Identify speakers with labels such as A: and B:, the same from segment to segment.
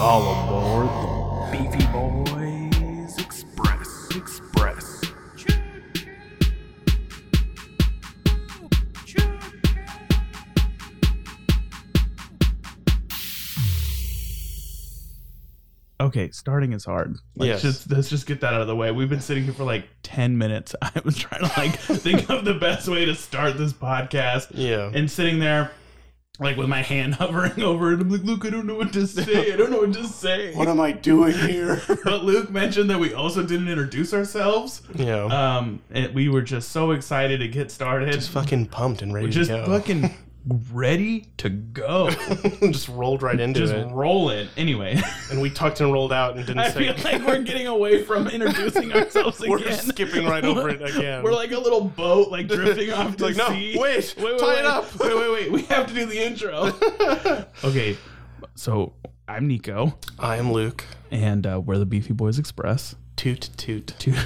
A: All aboard the Beefy Boys Express. Express. Okay, starting is hard. Let's
B: Yes.
A: just let's just get that out of the way. We've been sitting here for like ten minutes. I was trying to like think of the best way to start this podcast
B: Yeah.
A: and sitting there like with my hand hovering over it. I'm like, Luke, I don't know what to say. I don't know what to say.
C: What am I doing here?
A: but Luke mentioned that we also didn't introduce ourselves.
B: yeah.
A: Um, and we were just so excited to get started.
B: just fucking pumped and ready
A: Just
B: to go.
A: fucking ready to go.
B: just rolled right into
A: just
B: it.
A: roll it. Anyway,
B: And we tucked and rolled out and didn't
A: I feel
B: say
A: like we're getting away from introducing ourselves again.
B: We're skipping right over it again.
A: We're like a little boat, like drifting off to
B: Like, no,
A: sea.
B: wait, tie it up.
A: Wait, wait, wait. We have to do the intro. okay, so I'm Nico,
B: I am Luke.
A: and uh, we're the Beefy Boys Express.
B: Toot toot.
A: Toot,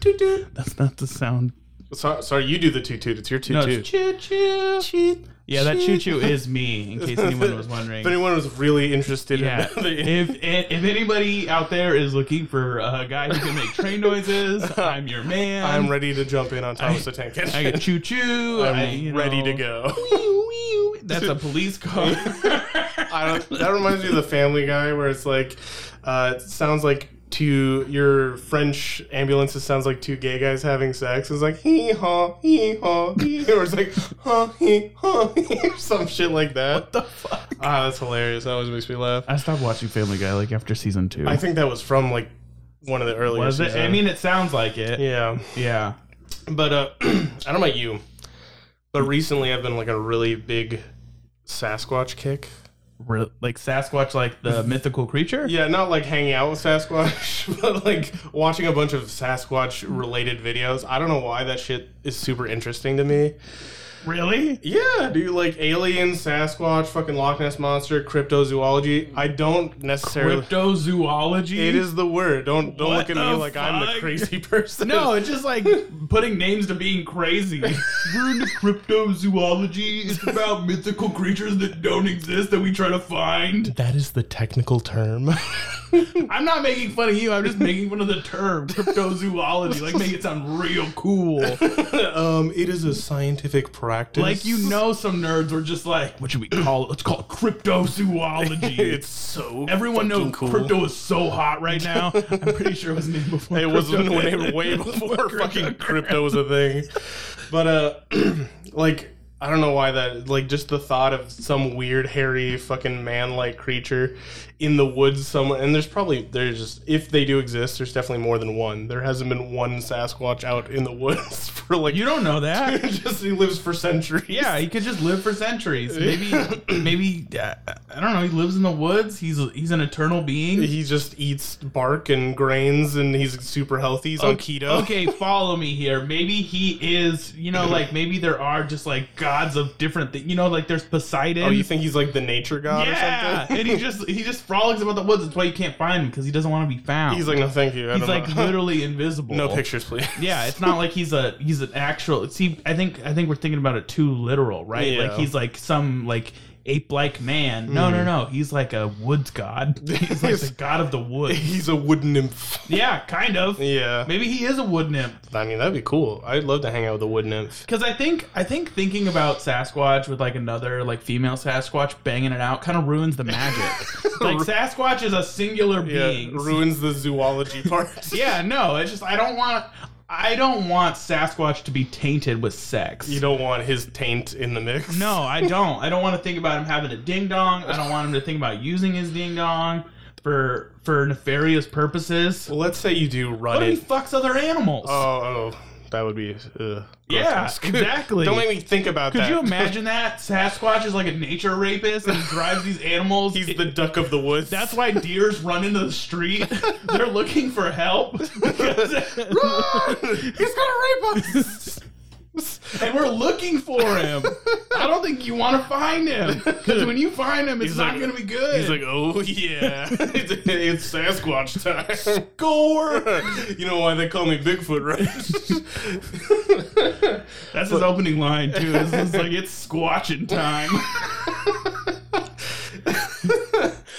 A: toot, toot. That's not the sound.
B: So, sorry, you do the toot toot. It's your toot
A: No,
B: toot.
A: it's
B: Choo choo.
A: Yeah, that choo choo is me. In case anyone was
B: If
A: wondering.
B: anyone was really interested
A: Yeah,
B: in the
A: if if anybody out there is looking for a guy who can make train noises, I'm your man.
B: I'm ready to jump in on Thomas the Tank Engine.
A: I get choo choo.
B: I'm ready to go.
A: go. That's a police car.
B: I don't, that reminds me of the Family Guy, where it's like, uh, it sounds like two your French ambulances sounds like two gay guys having sex. It's like hee haw hee haw hee, or it's like ha hee haw hee, or some shit like that.
A: the fuck?
B: Ah, that's hilarious. That always makes me laugh.
A: I stopped watching Family Guy like after season two.
B: I think that was from like one of the earlier.
A: was it?
B: seasons.
A: I mean, it sounds like it.
B: yeah,
A: yeah.
B: but uh, I don't know about you, but recently I've been like a really big Sasquatch kick.
A: Re- like Sasquatch, like the mythical creature.
B: Yeah, not like hanging out with Sasquatch, but like watching a bunch of Sasquatch related videos. I don't know why that shit is super interesting to me.
A: Really?
B: Yeah, dude, like alien, Sasquatch, fucking Loch Ness monster, cryptozoology. I don't necessarily.
A: Cryptozoology.
B: it is the word. Don't don't
A: What
B: look at
A: the
B: me like I'm
A: fuck?
B: the crazy person.
A: No, it's just like putting names to being crazy. We're into cryptozoology. It's about mythical creatures that don't exist that we try to find.
B: that is the technical term.
A: I'm not making fun of you. I'm just making fun of the term cryptozoology. Like, make it sound real cool.
B: um, it is a scientific practice.
A: Like, you know, some nerds were just like, what should we call it? Let's call it cryptozoology.
B: it's so
A: Everyone knows
B: fucking cool.
A: crypto is so hot right now. I'm pretty sure it was named before.
B: It was
A: crypto.
B: when it, way before
A: crypto
B: fucking crypto was a thing. But uh, like I don't know why that like just the thought of some weird hairy fucking man-like creature in the woods somewhere. And there's probably there's just if they do exist, there's definitely more than one. There hasn't been one Sasquatch out in the woods for like
A: You don't know that.
B: just he lives for centuries.
A: Yeah, he could just live for centuries. Maybe, maybe uh, I don't know. He lives in the woods. He's he's an eternal being.
B: He just eats bark and grains, and he's super healthy. He's on keto.
A: Okay, follow me here. Maybe he is. You know, like maybe there are just like gods of different things. You know, like there's Poseidon.
B: Oh, you think he's like the nature god or
A: yeah,
B: something?
A: and he just he just frolics about the woods. That's why you can't find him because he doesn't want to be found.
B: He's like, no, thank you. I
A: he's
B: don't
A: like
B: know."
A: literally invisible.
B: No pictures, please.
A: Yeah, it's not like he's a he's an actual. See, I think I think we're thinking about it too literal, right?
B: Yeah. Mm-hmm.
A: Like he's like some like ape-like man. No, no, no. He's like a woods god. He's like the god of the woods.
B: He's a wood nymph.
A: Yeah, kind of.
B: Yeah.
A: Maybe he is a wood nymph.
B: I mean, that'd be cool. I'd love to hang out with a wood nymph.
A: Because I think I think thinking about Sasquatch with like another like female Sasquatch banging it out kind of ruins the magic. like Sasquatch is a singular
B: Yeah,
A: being.
B: ruins the zoology part.
A: yeah, no. It's just I don't want I don't want Sasquatch to be tainted with sex.
B: You don't want his taint in the mix.
A: No, I don't. I don't want to think about him having a ding dong. I don't want him to think about using his ding dong for for nefarious purposes.
B: Well, let's say you do run
A: What if he
B: it.
A: fucks other animals?
B: oh, oh, that would be. Uh,
A: yeah,
B: grotesque.
A: exactly.
B: Don't make me think about
A: Could
B: that.
A: you imagine that Sasquatch is like a nature rapist and he drives these animals?
B: He's the duck of the woods.
A: That's why deers run into the street. They're looking for help.
B: He's gonna rape us.
A: and we're looking for him. I don't think you want to find him because when you find him, it's
B: He's
A: not
B: like-
A: going to be good.
B: He's like, oh yeah, it's, it's Sasquatch time.
A: gore.
B: you know why they call me Bigfoot, right?
A: That's his opening line too. It's just like it's squatching time.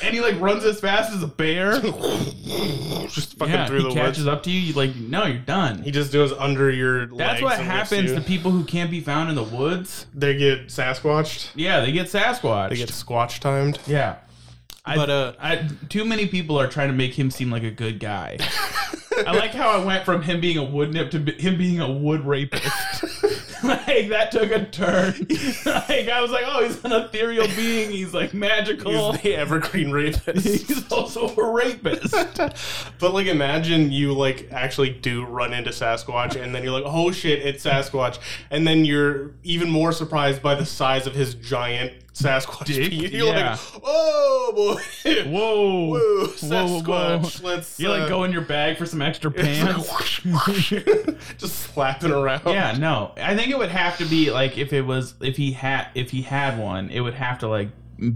A: and he like runs as fast as a bear.
B: just fucking
A: yeah,
B: through
A: he
B: the
A: catches
B: woods.
A: up to you. You like, no, you're done.
B: He just goes under your.
A: That's
B: legs
A: what
B: and lifts
A: happens
B: you.
A: to people who can't be found in the woods.
B: they get Sasquatched.
A: Yeah, they get Sasquatch.
B: They get squatch timed.
A: yeah.
B: But, uh,
A: I, too many people are trying to make him seem like a good guy. I like how I went from him being a wood nip to be, him being a wood rapist. like that took a turn. like I was like, oh, he's an ethereal being. He's like magical.
B: He's the evergreen rapist.
A: He's, also a rapist.
B: but like, imagine you like actually do run into Sasquatch, and then you're like, "Oh shit, it's Sasquatch!" And then you're even more surprised by the size of his giant Sasquatch.
A: Dick?
B: penis. You're
A: Yeah.
B: like, "Oh boy, whoa,
A: Whoa.
B: Sasquatch!" Let's
A: You
B: uh,
A: like go in your bag for some extra pants.
B: just slapping around.
A: yeah, no. I think it would have to be like if it was if he had if he had one, it would have to like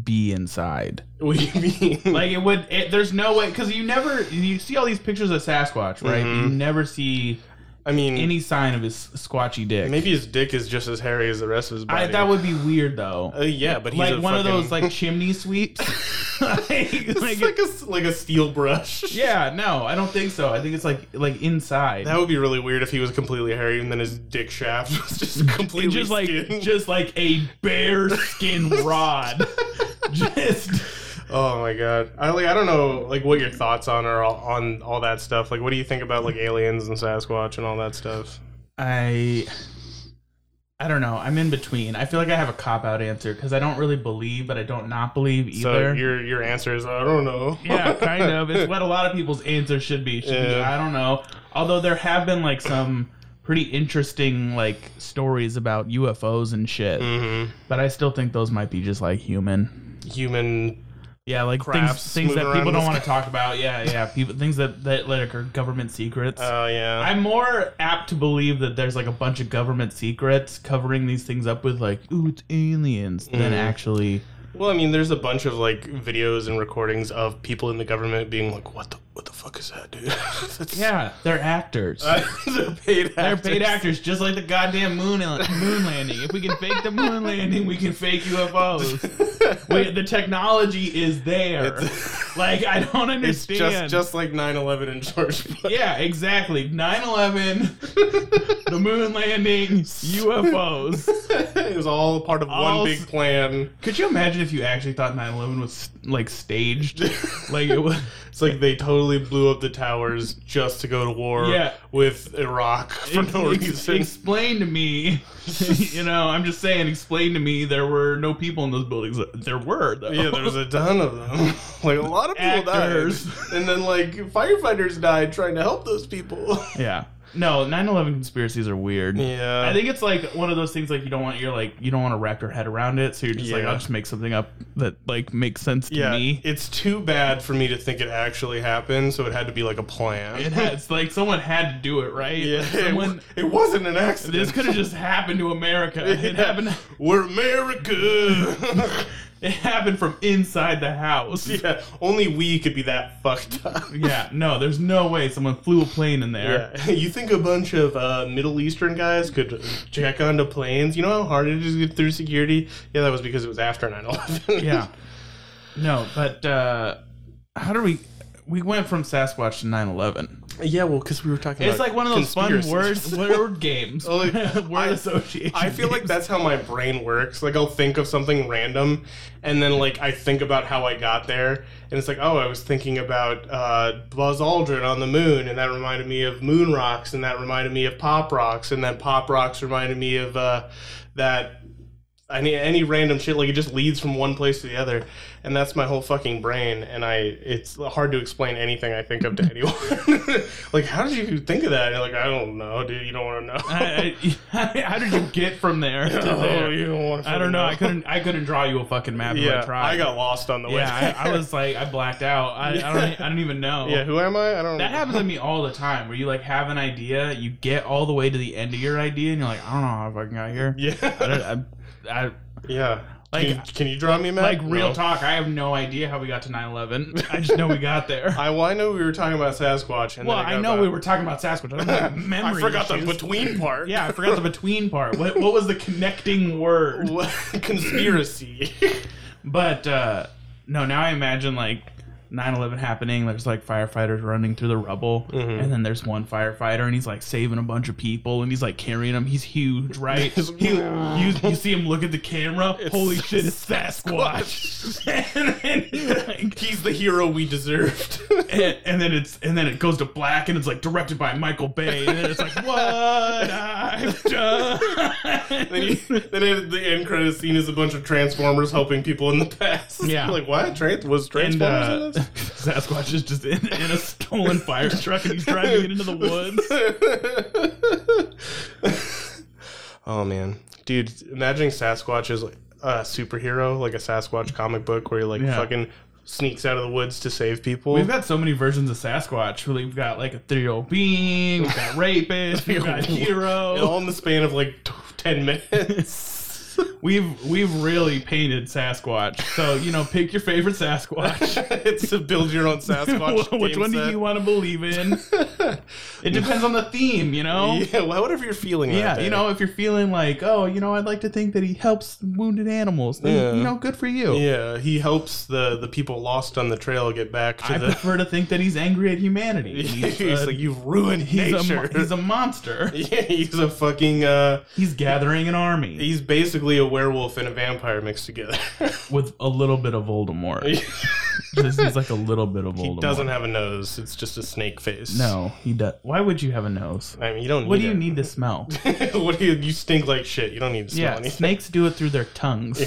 A: be inside.
B: What do you mean?
A: Like it would. It, there's no way because you never you see all these pictures of Sasquatch, right?
B: Mm-hmm.
A: You never see
B: I mean,
A: any sign of his squatchy dick.
B: maybe his dick is just as hairy as the rest of his body.
A: I, that would be weird though.
B: Uh, yeah, but he's
A: like
B: a
A: one of
B: fucking-
A: those like chimney sweeps. like,
B: It's
A: like-
B: like, a s- like a steel brush.
A: yeah, no, I don't think so. I think it's like like inside.
B: That would be really weird if he was completely hairy and then his dick shaft was just completely
A: just like
B: skin.
A: just like a bear skin rod. just
B: oh my god! I like I don't know like what your thoughts on are all, on all that stuff. Like, what do you think about like aliens and Sasquatch and all that stuff?
A: I I don't know. I'm in between. I feel like I have a cop out answer because I don't really believe, but I don't not believe either.
B: So your your answer is I don't know.
A: yeah, kind of. It's what a lot of people's answers should be. Should be
B: Yeah.
A: I don't know. Although there have been like some pretty interesting like stories about UFOs and shit,
B: hmm
A: but I still think those might be just like human.
B: Human.
A: Yeah, like
B: Crafts
A: things, things
B: moving
A: that
B: around
A: people
B: in
A: don't
B: the
A: want to talk about. Yeah, yeah, people things that that like are government secrets.
B: Oh yeah.
A: I'm more apt to believe that there's like a bunch of government secrets covering these things up with like, ooh, it's aliens, than
B: Mhm.
A: actually.
B: Well, I mean, there's a bunch of like videos and recordings of people in the government being like, "What the what the fuck is that, dude?" That's-
A: Yeah, they're actors.
B: Uh, they're paid actors.
A: they're paid actors, just like the goddamn moon moon landing. If we can fake the moon landing, we can fake UFOs. Wait, the technology is there.
B: It's-
A: like I don't
B: It's
A: understand.
B: just just like 9/11 and George Bush.
A: yeah, exactly. 9/11, the moon landing, UFOs.
B: it was all part of
A: All
B: one big
A: s-
B: plan.
A: Could you imagine if you actually thought 9/11 was like staged? Like it was.
B: It's like they totally blew up the towers just to go to war
A: Yeah.
B: with Iraq for
A: Ex-
B: no
A: ex-
B: reason.
A: Explain to me. you know, I'm just saying. Explain to me. There were no people in those buildings. There were though.
B: yeah, there was a ton of them. Like a lot of people
A: Actors.
B: died, and then like firefighters died trying to help those people.
A: Yeah. No, 9/11 conspiracies are weird.
B: Yeah,
A: I think it's like one of those things like you don't want you're like you don't want to wrap your head around it, so you're just like
B: Yeah.
A: I'll just make something up that like makes sense to
B: Yeah,
A: me.
B: it's too bad for me to think it actually happened, so it had to be like a plan.
A: It has like someone had to do it, right?
B: yeah,
A: Like,
B: it,
A: someone.
B: it wasn't an accident.
A: This could have just happened to America. It happened.
B: We're America.
A: It happened from inside the house.
B: yeah, only we could be that fucked up.
A: Yeah, no, there's no way someone flew a plane in there.
B: Yeah. You think a bunch of uh, Middle Eastern guys could check onto planes? You know how hard it is to get through security? Yeah, that was because it was after 9 11.
A: Yeah. No, but uh how do we we went from Sasquatch to 9/11.
B: yeah, well, because we were talking
A: It's
B: about
A: like one of those fun
B: conspiracies.
A: words word games.
B: Only-
A: word
B: I-
A: association.
B: I feel like
A: games.
B: that's how my brain works. Like I'll think of something random, and then like I think about how I got there, and it's like, oh, I was thinking about uh, Buzz Aldrin on the moon, and that reminded me of Moon Rocks, and that reminded me of Pop Rocks, and then Pop Rocks reminded me of uh, that. Any any random shit like it just leads from one place to the other, and that's my whole fucking brain. And I it's hard to explain anything I think of to anyone. like, how did you think of that? And you're like, I don't know, dude. You don't want to know.
A: I, I, how did you get from there to
B: Oh,
A: there?
B: you don't want to
A: I don't know. I
B: fucking
A: couldn't. I couldn't draw you a fucking map. if I
B: Yeah,
A: tried.
B: I got lost on the way.
A: Yeah, I, I was like, I blacked out. I, I don't. e, I don't even know.
B: yeah, who am I? I don't.
A: That happens to me all the time. Where you like have an idea, you get all the way to the end of your idea, and you're like, I don't know how I fucking got here. I,
B: Yeah,
A: don't,
B: Uh,
A: I, I
B: yeah.
A: Like-
B: can, you, can you draw me a map?
A: like real
B: No.
A: talk. I have no idea how we got to 9/11. I just know we got there.
B: I well, I know we were talking about Sasquatch. And
A: well,
B: then it
A: I
B: got
A: know
B: about-
A: we were talking about Sasquatch. I, don't have memory
B: I forgot
A: issues.
B: the between part.
A: Yeah, I forgot the between part. What what was the connecting word?
B: What- Conspiracy.
A: But uh no, now I imagine like 9/11 happening. There's like firefighters running through the rubble,
B: Mm-hmm.
A: and then there's one firefighter, and he's like saving a bunch of people, and he's like carrying them. He's huge, right?
B: He's-
A: he, you, you see him look at the camera. Holy shit, it's Sasquatch! and then he's like,
B: He's the hero we deserved.
A: and, and then it's and then it goes to black and it's like directed by Michael Bay and then it's like what I've
B: then,
A: done.
B: you, then at the end credit scene is a bunch of Transformers helping people in the past.
A: Yeah.
B: like what? Trans- was
A: And
B: Transformers
A: uh, Sasquatch is just in, in a stolen fire truck and he's driving it into the woods.
B: in this? oh man, dude, imagining Sasquatch as like, a superhero, like a Sasquatch comic book, where he like
A: Yeah.
B: fucking sneaks out of the woods to save people.
A: We've got so many versions of Sasquatch. Really, we've got like a three-year-old being, we've got rapist, we've got hero.
B: all in the span of like t- ten minutes.
A: We've we've really painted Sasquatch. So you know, pick your favorite Sasquatch.
B: it's a build your own Sasquatch.
A: Which
B: game
A: one do
B: set.
A: you want to believe in? It depends on the theme, you know.
B: Yeah, well, whatever you're feeling. that
A: Yeah,
B: day.
A: you know, if you're feeling like, oh, you know, I'd like to think that he helps wounded animals, then,
B: Yeah.
A: you know, good for you.
B: Yeah, he helps the the people lost on the trail get back to
A: I
B: the.
A: prefer to think that he's angry at humanity.
B: he's
A: He's, a,
B: like you've ruined
A: he's, a,
B: nature.
A: mo- he's a monster.
B: yeah, he's a fucking. Uh,
A: He's gathering an army
B: he's basically a werewolf and a vampire mixed together.
A: with a little bit of Voldemort.
B: he
A: this is like a little bit of Voldemort.
B: doesn't have a nose. It's just a snake face.
A: No, he does. Why would you have a nose?
B: I mean you don't.
A: What do
B: need
A: you need to smell?
B: it. what do you? You stink like shit. You don't need to smell
A: yeah,
B: anything.
A: snakes do it through their tongues.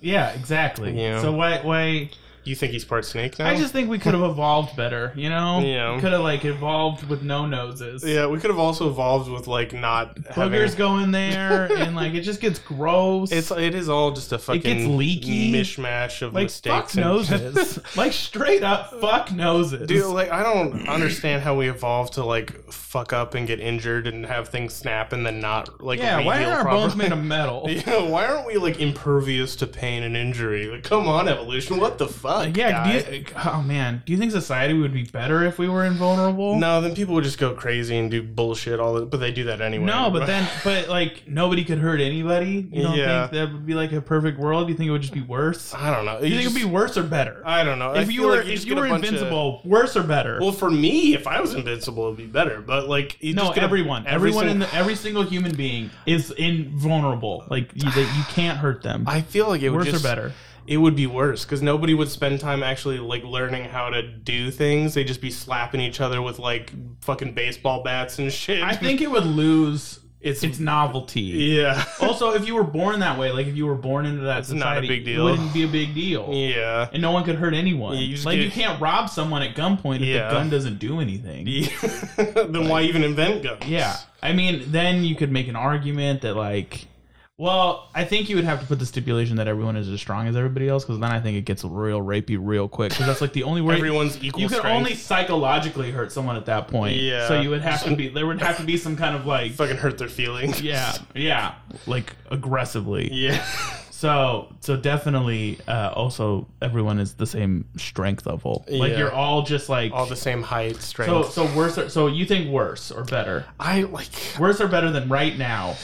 A: Yeah, exactly.
B: Yeah.
A: So why why
B: You think he's part snake now?
A: I just think we could have evolved better, you know?
B: Yeah.
A: Could have like evolved with no noses.
B: Yeah, we could have also evolved with like not having.
A: boogers go in there, and like it just gets gross.
B: It's it is all just a fucking
A: gets leaky.
B: mishmash of
A: like fuck
B: mistakes. and-
A: noses, like straight up fuck noses.
B: Dude, like I don't understand how we evolved to like fuck up and get injured and have things snap and then not like
A: yeah, why
B: reheal
A: are our bones
B: properly.
A: made of metal?
B: Yeah, why aren't we like impervious to pain and injury? Like, come on, evolution, what the fuck?
A: yeah.
B: guy?
A: Do you, oh man, do you think society would be better if we were invulnerable?
B: no, then people would just go crazy and do bullshit all the, but they do that anyway.
A: No, but then, but like nobody could hurt anybody. You don't
B: Yeah.
A: think that would be like a perfect world? You think it would just be worse?
B: I don't know.
A: You think it'd be worse or better?
B: I don't know. I
A: if you
B: feel
A: were,
B: like
A: if
B: just
A: you
B: get a
A: were
B: bunch of-
A: invincible, worse or better?
B: well, for me, if I was invincible, it'd be better. But like, you
A: No,
B: just get a-
A: everyone,
B: every
A: everyone in
B: single-
A: the every single human being is invulnerable. Like you, that you can't hurt them.
B: I feel like it would
A: Worse
B: just
A: or better?
B: it would be worse because nobody would spend time actually like learning how to do things. They'd just be slapping each other with like fucking baseball bats and shit.
A: I think it would lose
B: it's,
A: its novelty.
B: yeah,
A: Also, if you were born that way, like if you were born into that
B: not a
A: society,
B: big deal.
A: it wouldn't be a big deal,
B: yeah.
A: and no one could hurt anyone.
B: Yeah, you just
A: like
B: get-
A: you can't rob someone at gunpoint if
B: Yeah.
A: the gun doesn't do anything. Yeah.
B: then why even invent guns?
A: I mean, then you could make an argument that like. Well, I think you would have to put the stipulation that everyone is as strong as everybody else, because then I think it gets real rapey real quick. Because that's like the only way
B: everyone's equal.
A: you could
B: strength.
A: only psychologically hurt someone at that point.
B: Yeah.
A: So you would have to be there would have to be some kind of like
B: fucking hurt their feelings.
A: yeah, yeah, like aggressively.
B: yeah.
A: So so definitely uh also everyone is the same strength level. Like
B: Yeah.
A: you're all just like
B: All the same height,
A: so
B: strength.
A: so worse or, so you think worse or better?
B: I like.
A: Worse or better than right now?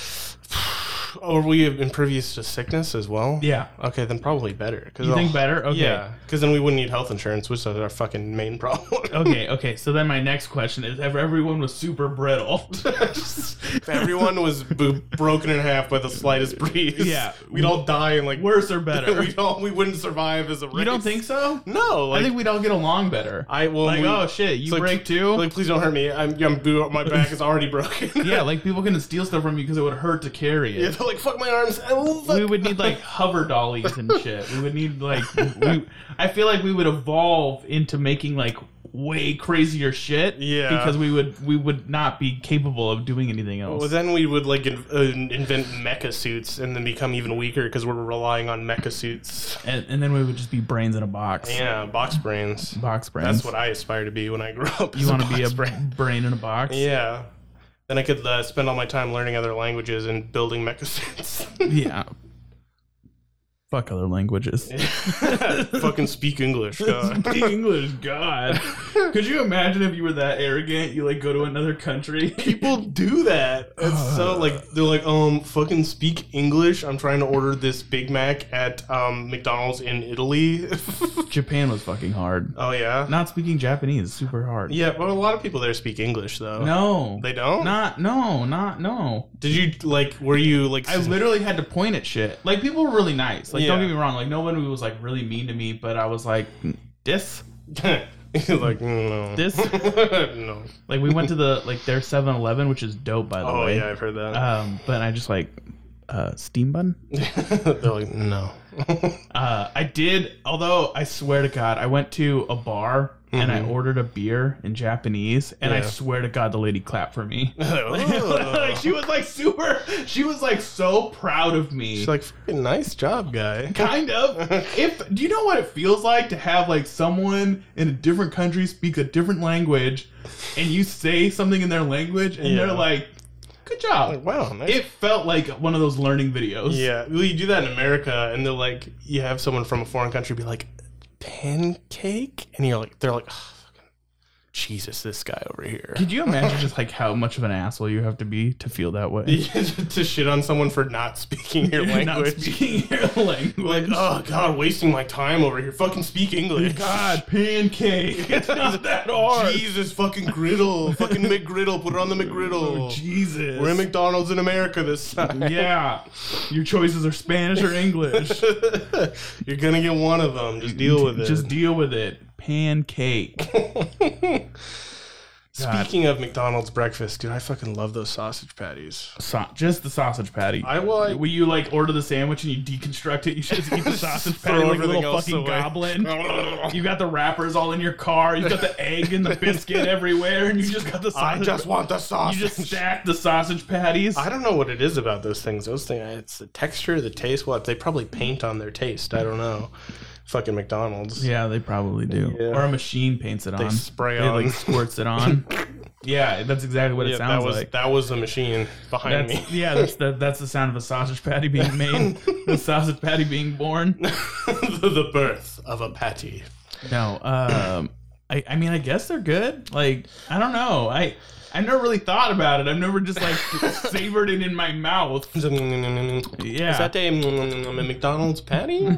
B: Are we impervious to sickness as well?
A: Yeah.
B: Okay, then probably better. Cause
A: You think
B: I'll-
A: better? Okay.
B: Yeah, because then we wouldn't need health insurance, which is our fucking main problem.
A: Okay, okay. So then my next question is if everyone was super brittle.
B: if everyone was bo- broken in half by the slightest breeze,
A: Yeah.
B: we'd all die and like
A: worse or better?
B: we'd all, we wouldn't survive as a race.
A: you don't think so?
B: No, like
A: I think we'd all get along better.
B: I will.
A: like, oh shit, you break too?
B: Like, please don't hurt me. I'm, I'm boo- my back is already broken.
A: yeah, like people couldn't steal stuff from you because it would hurt to carry it.
B: yeah, they're like fuck my arms. Oh, fuck.
A: we would need like hover dollies and shit. We would need like we, I feel like we would evolve into making like way crazier shit.
B: Yeah.
A: Because we would we would not be capable of doing anything else.
B: Well, then we would like in- uh, invent mecha suits and then become even weaker because we're relying on mecha suits.
A: and, and then we would just be brains in a box.
B: Yeah, box brains.
A: Box brains.
B: That's what I aspire to be when I grow up.
A: you want to be a
B: box brain.
A: brain. in a box?
B: Yeah. Then I could uh, spend all my time learning other languages and building mecha suits.
A: Yeah. Fuck other languages.
B: Fucking speak English. God.
A: Speak English, God. Could you imagine if you were that arrogant? You like go to another country.
B: People do that. It's so like they're like, um, fucking speak English. I'm trying to order this Big Mac at um McDonald's in Italy.
A: Japan was fucking hard.
B: oh yeah,
A: Not speaking Japanese is super hard.
B: yeah. But a lot of people there speak English though.
A: No,
B: they don't.
A: not no, not no.
B: Did you like? Were you like?
A: I
B: s-
A: literally had to point at shit. Like people were really nice. Like don't
B: Yeah.
A: get me wrong. Like no one was like really mean to me, but I was like this.
B: He's like "Mm, no.
A: This-
B: no.
A: Like we went to the like their 7-Eleven, which is dope by the
B: Oh
A: way.
B: yeah, I've heard that.
A: Um, but I just like uh, steam bun.
B: they're like no.
A: Uh, I did, although I swear to God, I went to a bar and I ordered a beer in Japanese, and I
B: Yeah.
A: swear to God, the lady clapped for me. like she was like super, she was like so proud of me.
B: She's like, fucking nice job, guy.
A: kind of. If do you know what it feels like to have like someone in a different country speak a different language, and you say something in their language, and
B: Yeah.
A: they're like, "Good job."
B: Like, wow, nice
A: It felt like one of those learning videos.
B: Yeah, well, you do that in America, and they're like, you have someone from a foreign country be like, pancake, and you're like, they're like, "Ugh, fucking Jesus, this guy over here.
A: Could you imagine just like how much of an asshole you have to be to feel that way?
B: to shit on someone for not speaking your
A: You're not
B: language.
A: speaking your
B: like,
A: language.
B: oh god, wasting my time over here. Fucking speak English.
A: God, pancake. It's not that hard.
B: Jesus, fucking griddle, fucking McGriddle. Put it on the
A: Oh,
B: McGriddle.
A: Jesus.
B: We're in McDonald's in America this time.
A: yeah. Your choices are Spanish or English.
B: You're gonna get one of them. Just deal with it.
A: Just deal with it. Pancake. God.
B: Speaking of McDonald's breakfast, dude, I fucking love those sausage patties.
A: So- just the sausage patty.
B: I will.
A: Will you like order the sandwich and you deconstruct it? You should just eat the sausage
B: Throw
A: patty like a
B: everything
A: little
B: else
A: fucking
B: away.
A: goblin. You got the wrappers all in your car. You got the egg and the biscuit everywhere, and you just got the
B: I
A: sausage.
B: just want the
A: you
B: sausage.
A: just stack the sausage patties.
B: I don't know what it is about those things. Those things, it's the texture, the taste. What they probably paint on their taste. I don't know. Fucking McDonald's.
A: Yeah, they probably do.
B: Yeah.
A: Or a machine paints it on.
B: spray
A: they
B: on.
A: like squirts it on. yeah, that's exactly what
B: Yeah,
A: it sounds
B: that was
A: like.
B: that was the machine behind
A: That's, yeah, that's the, that's the sound of a sausage patty being made, the sausage patty being born.
B: me. the, the birth of a patty.
A: No, um, I, I mean, I guess they're good. Like, I don't know. I I've never really thought about it. I've never just like savored it in my mouth.
B: Is
A: Yeah.
B: that a mm, a McDonald's patty?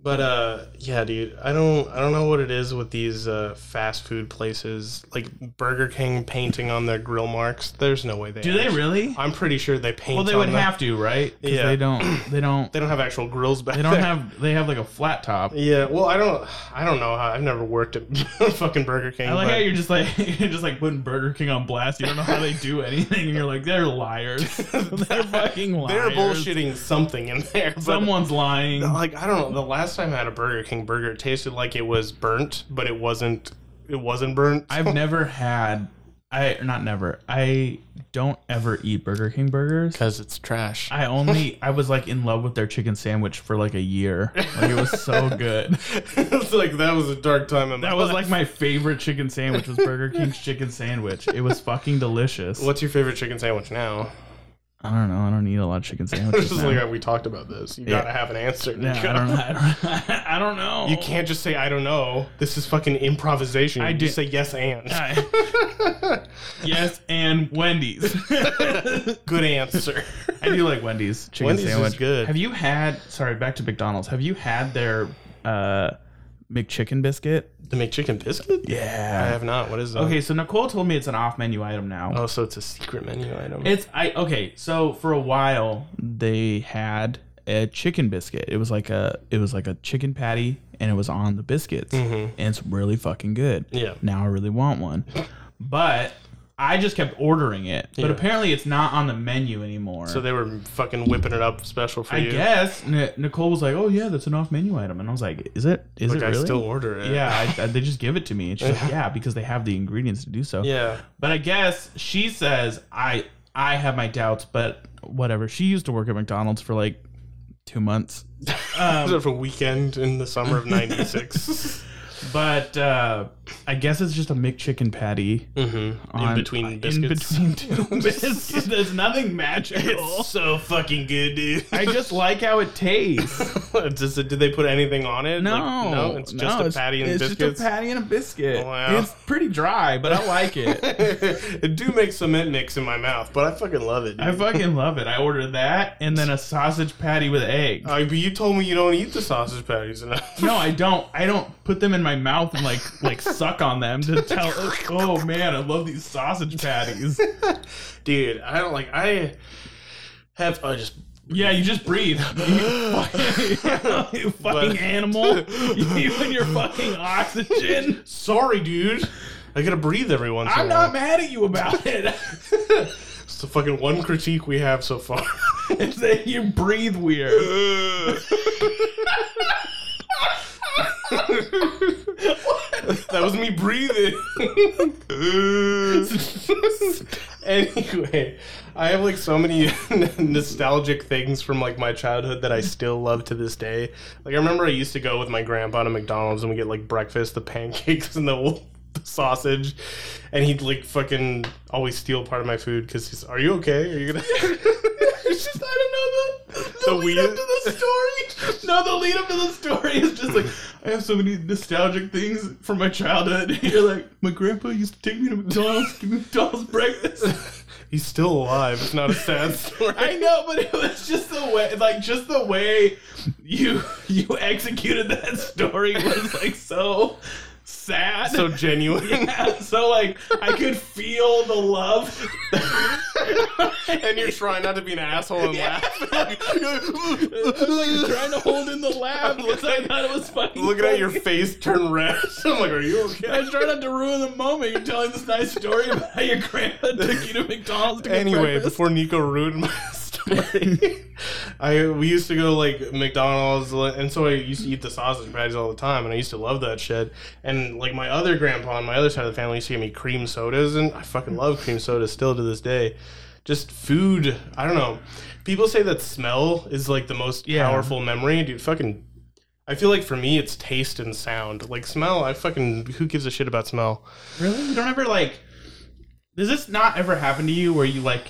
B: but uh, yeah, dude, I don't I don't know what it is with these uh, fast food places like Burger King painting on their grill marks. There's no way they
A: Do they
B: actually-
A: really?
B: I'm pretty sure they paint.
A: Well, they
B: on
A: would
B: the-
A: have to, right? 'Cause
B: Yeah.
A: They don't. They don't.
B: They don't have actual grills back.
A: They don't
B: there.
A: have. They have like a flat top.
B: Yeah, well, I don't. I don't know how. I've never worked at fucking Burger King.
A: I like
B: but
A: how you're just like you're just like putting Burger King on blast. You don't know how they do anything, and you're like they're liars. they're fucking
B: they're
A: liars.
B: bullshitting something in there. But
A: Someone's lying.
B: like I don't know. The last time I had a Burger King burger, it tasted like it was burnt, but it wasn't. It wasn't burnt.
A: I've never had. I or not never. I don't ever eat Burger King burgers.
B: because it's trash.
A: I only I was like in love with their chicken sandwich for like a year. Like it was so good.
B: it's like that was a dark time in my
A: That was
B: life.
A: like my favorite chicken sandwich was Burger King's chicken sandwich. It was fucking delicious.
B: What's your favorite chicken sandwich now?
A: I don't know. I don't eat a lot of chicken
B: It's
A: sandwiches.
B: just
A: now.
B: like we talked about this. You gotta have an answer.
A: Yeah, I don't know. I don't, I don't know.
B: You can't just say I don't know. This is fucking improvisation. I you
A: did-
B: just say yes and.
A: I- yes, and Wendy's.
B: Good answer.
A: I do like Wendy's chicken
B: Wendy's is
A: sandwich.
B: good.
A: Have you had? Sorry, back to McDonald's. Have you had their uh, McChicken biscuit?
B: the McChicken biscuit? I
A: Yeah.
B: have not. What is that?
A: Okay, so Nicole told me it's an off-menu item now.
B: Oh, so it's a secret menu item.
A: It's I okay. So for a while they had a chicken biscuit. It was like a it was like a chicken patty, and it was on the biscuits, and it's really fucking good.
B: Mm-hmm. Yeah.
A: Now I really want one, but I just kept ordering it. But
B: Yeah.
A: apparently it's not on the menu anymore.
B: so they were fucking whipping it up special for
A: I
B: you.
A: guess N- Nicole was like, "Oh yeah, that's an off-menu item," and I was like, "Is it? Is
B: Like,
A: it
B: I
A: really?"
B: still order it.
A: yeah, I, I, they just give it to me. And she's like, "Yeah, because they have the ingredients to do so."
B: Yeah.
A: But I guess she says I I have my doubts, but whatever. She used to work at McDonald's for like two months.
B: Um, for a weekend in the summer of '96.
A: But uh, I guess it's just a McChicken patty
B: Mm-hmm.
A: on-
B: in between biscuits.
A: In between two biscuits. There's nothing magical.
B: It's so fucking good, dude.
A: I just like how it tastes.
B: Does it, did they put anything on it?
A: No,
B: Like, no, it's just
A: no,
B: a patty and
A: it's
B: biscuits.
A: just a patty and a biscuit.
B: Wow.
A: It's pretty dry, but I like it.
B: it do make cement mix in my mouth, but I fucking love it. Dude.
A: I fucking love it. I ordered that and then a sausage patty with egg.
B: Uh, but you told me you don't eat the sausage patties enough.
A: No, I don't. I don't put them in my mouth and like like suck on them to tell. Oh man, I love these sausage patties.
B: Dude, I don't like. I have. I just.
A: Yeah, you just breathe. You fucking, you fucking
B: But-
A: animal. You and your fucking oxygen.
B: Sorry, dude. I gotta breathe every once
A: I'm
B: in a while.
A: not mad at you about it.
B: It's the fucking one critique we have so far.
A: It's that you breathe weird.
B: that was me breathing. anyway, I have like so many nostalgic things from like my childhood that I still love to this day. Like I remember I used to go with my grandpa to McDonald's and we get like breakfast, the pancakes and the, the sausage, and he'd like fucking always steal part of my food because he's, "Are you okay? Are you gonna?"
A: It's just I don't know the, the,
B: The
A: lead
B: weird-
A: up to the story. No, the lead up to the story is just like I have so many nostalgic things from my childhood. You're like, my grandpa used to take me to McDonald's, give me McDonald's breakfast.
B: he's still alive. It's not a sad story.
A: I know, but it was just the way, like, just the way you you executed that story was like so sad.
B: so genuine.
A: so like I could feel the love.
B: and you're trying not to be an asshole and
A: Yeah.
B: laugh.
A: trying to hold in the laugh because I thought it was fucking.
B: Looking at your
A: funny.
B: face turn red. I'm like, are you
A: I
B: okay?
A: was trying not to ruin the moment. You're telling this nice story about how your grandpa took you to McDonald's to get
B: Anyway,
A: breakfast.
B: before Nico ruined my story, I we used to go like McDonald's, and so I used to eat the sausage patties all the time, and I used to love that shit. And like my other grandpa on my other side of the family used to give me cream sodas, and I fucking love cream sodas still to this day. Just food, I don't know. People say that smell is like the most
A: Yeah.
B: powerful memory, dude. Fucking I feel like for me, it's taste and sound. Like smell, I fucking who gives a shit about smell?
A: really, you don't ever like. Does this not ever happen to you where you like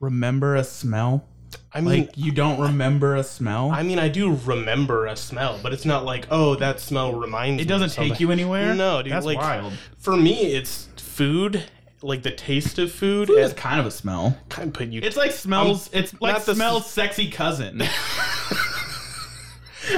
A: remember a smell?
B: I mean,
A: Like you don't remember a smell?
B: I mean, I do remember a smell, but it's not like oh that smell reminds.
A: it doesn't take you anywhere.
B: No, dude.
A: That's
B: like,
A: wild.
B: For me, it's food, like the taste of food,
A: It's
B: and
A: kind of a smell.
B: kind of put you.
A: It's like smells. it's like
B: not the s-
A: smells sexy cousin.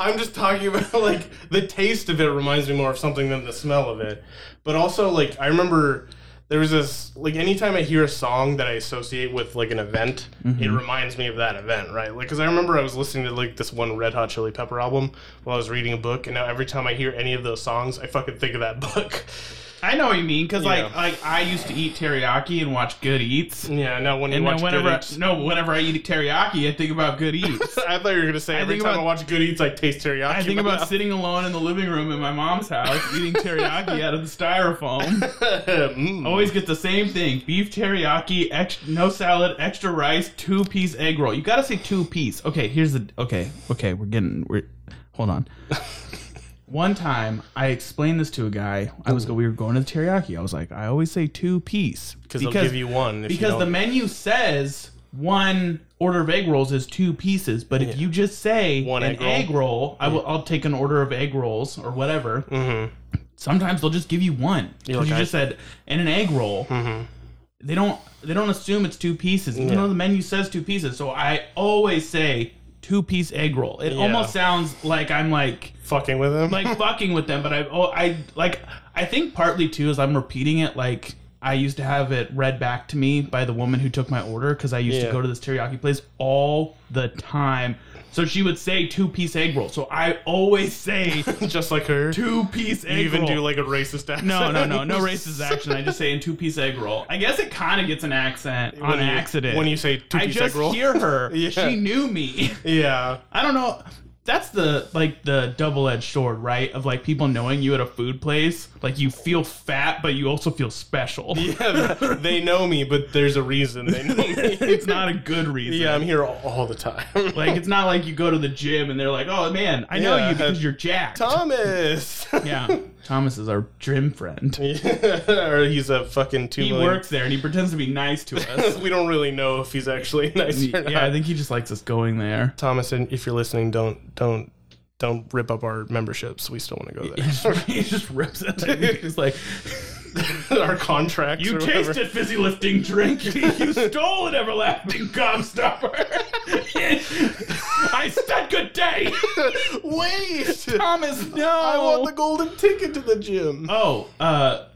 B: I'm just talking about like the taste of it reminds me more of something than the smell of it. But also like I remember there was this like anytime I hear a song that I associate with like an event,
A: Mm-hmm.
B: it reminds me of that event, right? Like cuz I remember I was listening to like this one Red Hot Chili Pepper album while I was reading a book and now every time I hear any of those songs, I fucking think of that book.
A: I know what you mean because like
B: Yeah.
A: like I used to eat teriyaki and watch Good Eats.
B: Yeah, now when you
A: And
B: watch
A: then whenever
B: Good
A: I,
B: Eats.
A: no, whenever I eat teriyaki, I think about Good Eats.
B: I thought you were going to say every
A: think
B: time
A: about-
B: I watch Good Eats I taste teriyaki.
A: I think
B: in my
A: about
B: mouth.
A: sitting alone in the living room in my mom's house eating teriyaki out of the styrofoam.
B: Mm.
A: Always get the same thing: beef teriyaki, ex- no salad, extra rice, two piece egg roll. You gotta say two piece. Okay, here's the. Okay, okay, we're getting. We're hold on. One time, I explained this to a guy. I was go. We were going to the teriyaki. I was like, I always say two piece
B: because they'll give you one if
A: because
B: you
A: the
B: don't.
A: menu says one order of egg rolls is two pieces, but if you just say
B: One
A: an
B: egg roll.
A: egg roll, I will, I'll take an order of egg rolls or whatever.
B: Mhm.
A: Sometimes they'll just give you one because
B: like,
A: you
B: I-
A: just said and an egg roll.
B: Mm-hmm.
A: They don't they don't assume it's two pieces, even though the menu says two pieces. So I always say two piece egg roll. It almost sounds like I'm like
B: fucking with them.
A: like fucking with them, but I oh I like I think partly too is I'm repeating it like I used to have it read back to me by the woman who took my order because I used
B: Yeah.
A: to go to this teriyaki place all the time. So she would say two piece egg roll. So I always say
B: just like her.
A: two piece egg
B: You even
A: roll.
B: do like a racist accent.
A: no, no, no, no racist action. I just say in two piece egg roll. I guess it kind of gets an accent on
B: When you-
A: accident.
B: When you say two
A: I
B: piece
A: just
B: egg roll.
A: hear her.
B: Yeah.
A: She knew me.
B: yeah.
A: I don't know. that's the like the double edged sword, right? Of like people knowing you at a food place, like you feel fat, but you also feel special.
B: Yeah, th- they know me, but there's a reason they know me.
A: it's not a good reason.
B: yeah, I'm here all, all the time.
A: Like it's not like you go to the gym and they're like, "Oh man, I know
B: Yeah.
A: you because you're jacked."
B: Thomas.
A: yeah, Thomas is our gym friend.
B: Yeah, or he's a fucking two
A: He
B: million-
A: works there and he pretends to be nice to us.
B: we don't really know if he's actually nice or not.
A: yeah, I think he just likes us going there.
B: Thomas, and if you're listening, don't don't don't rip up our memberships. We still want to go
A: he just rips it. He's like,
B: there. our contracts.
A: You
B: or whatever.
A: tasted fizzy lifting drink. you stole an everlasting gobstopper. I said good day.
B: Wait,
A: Thomas, no.
B: I want the golden ticket to the gym.
A: Oh, uh,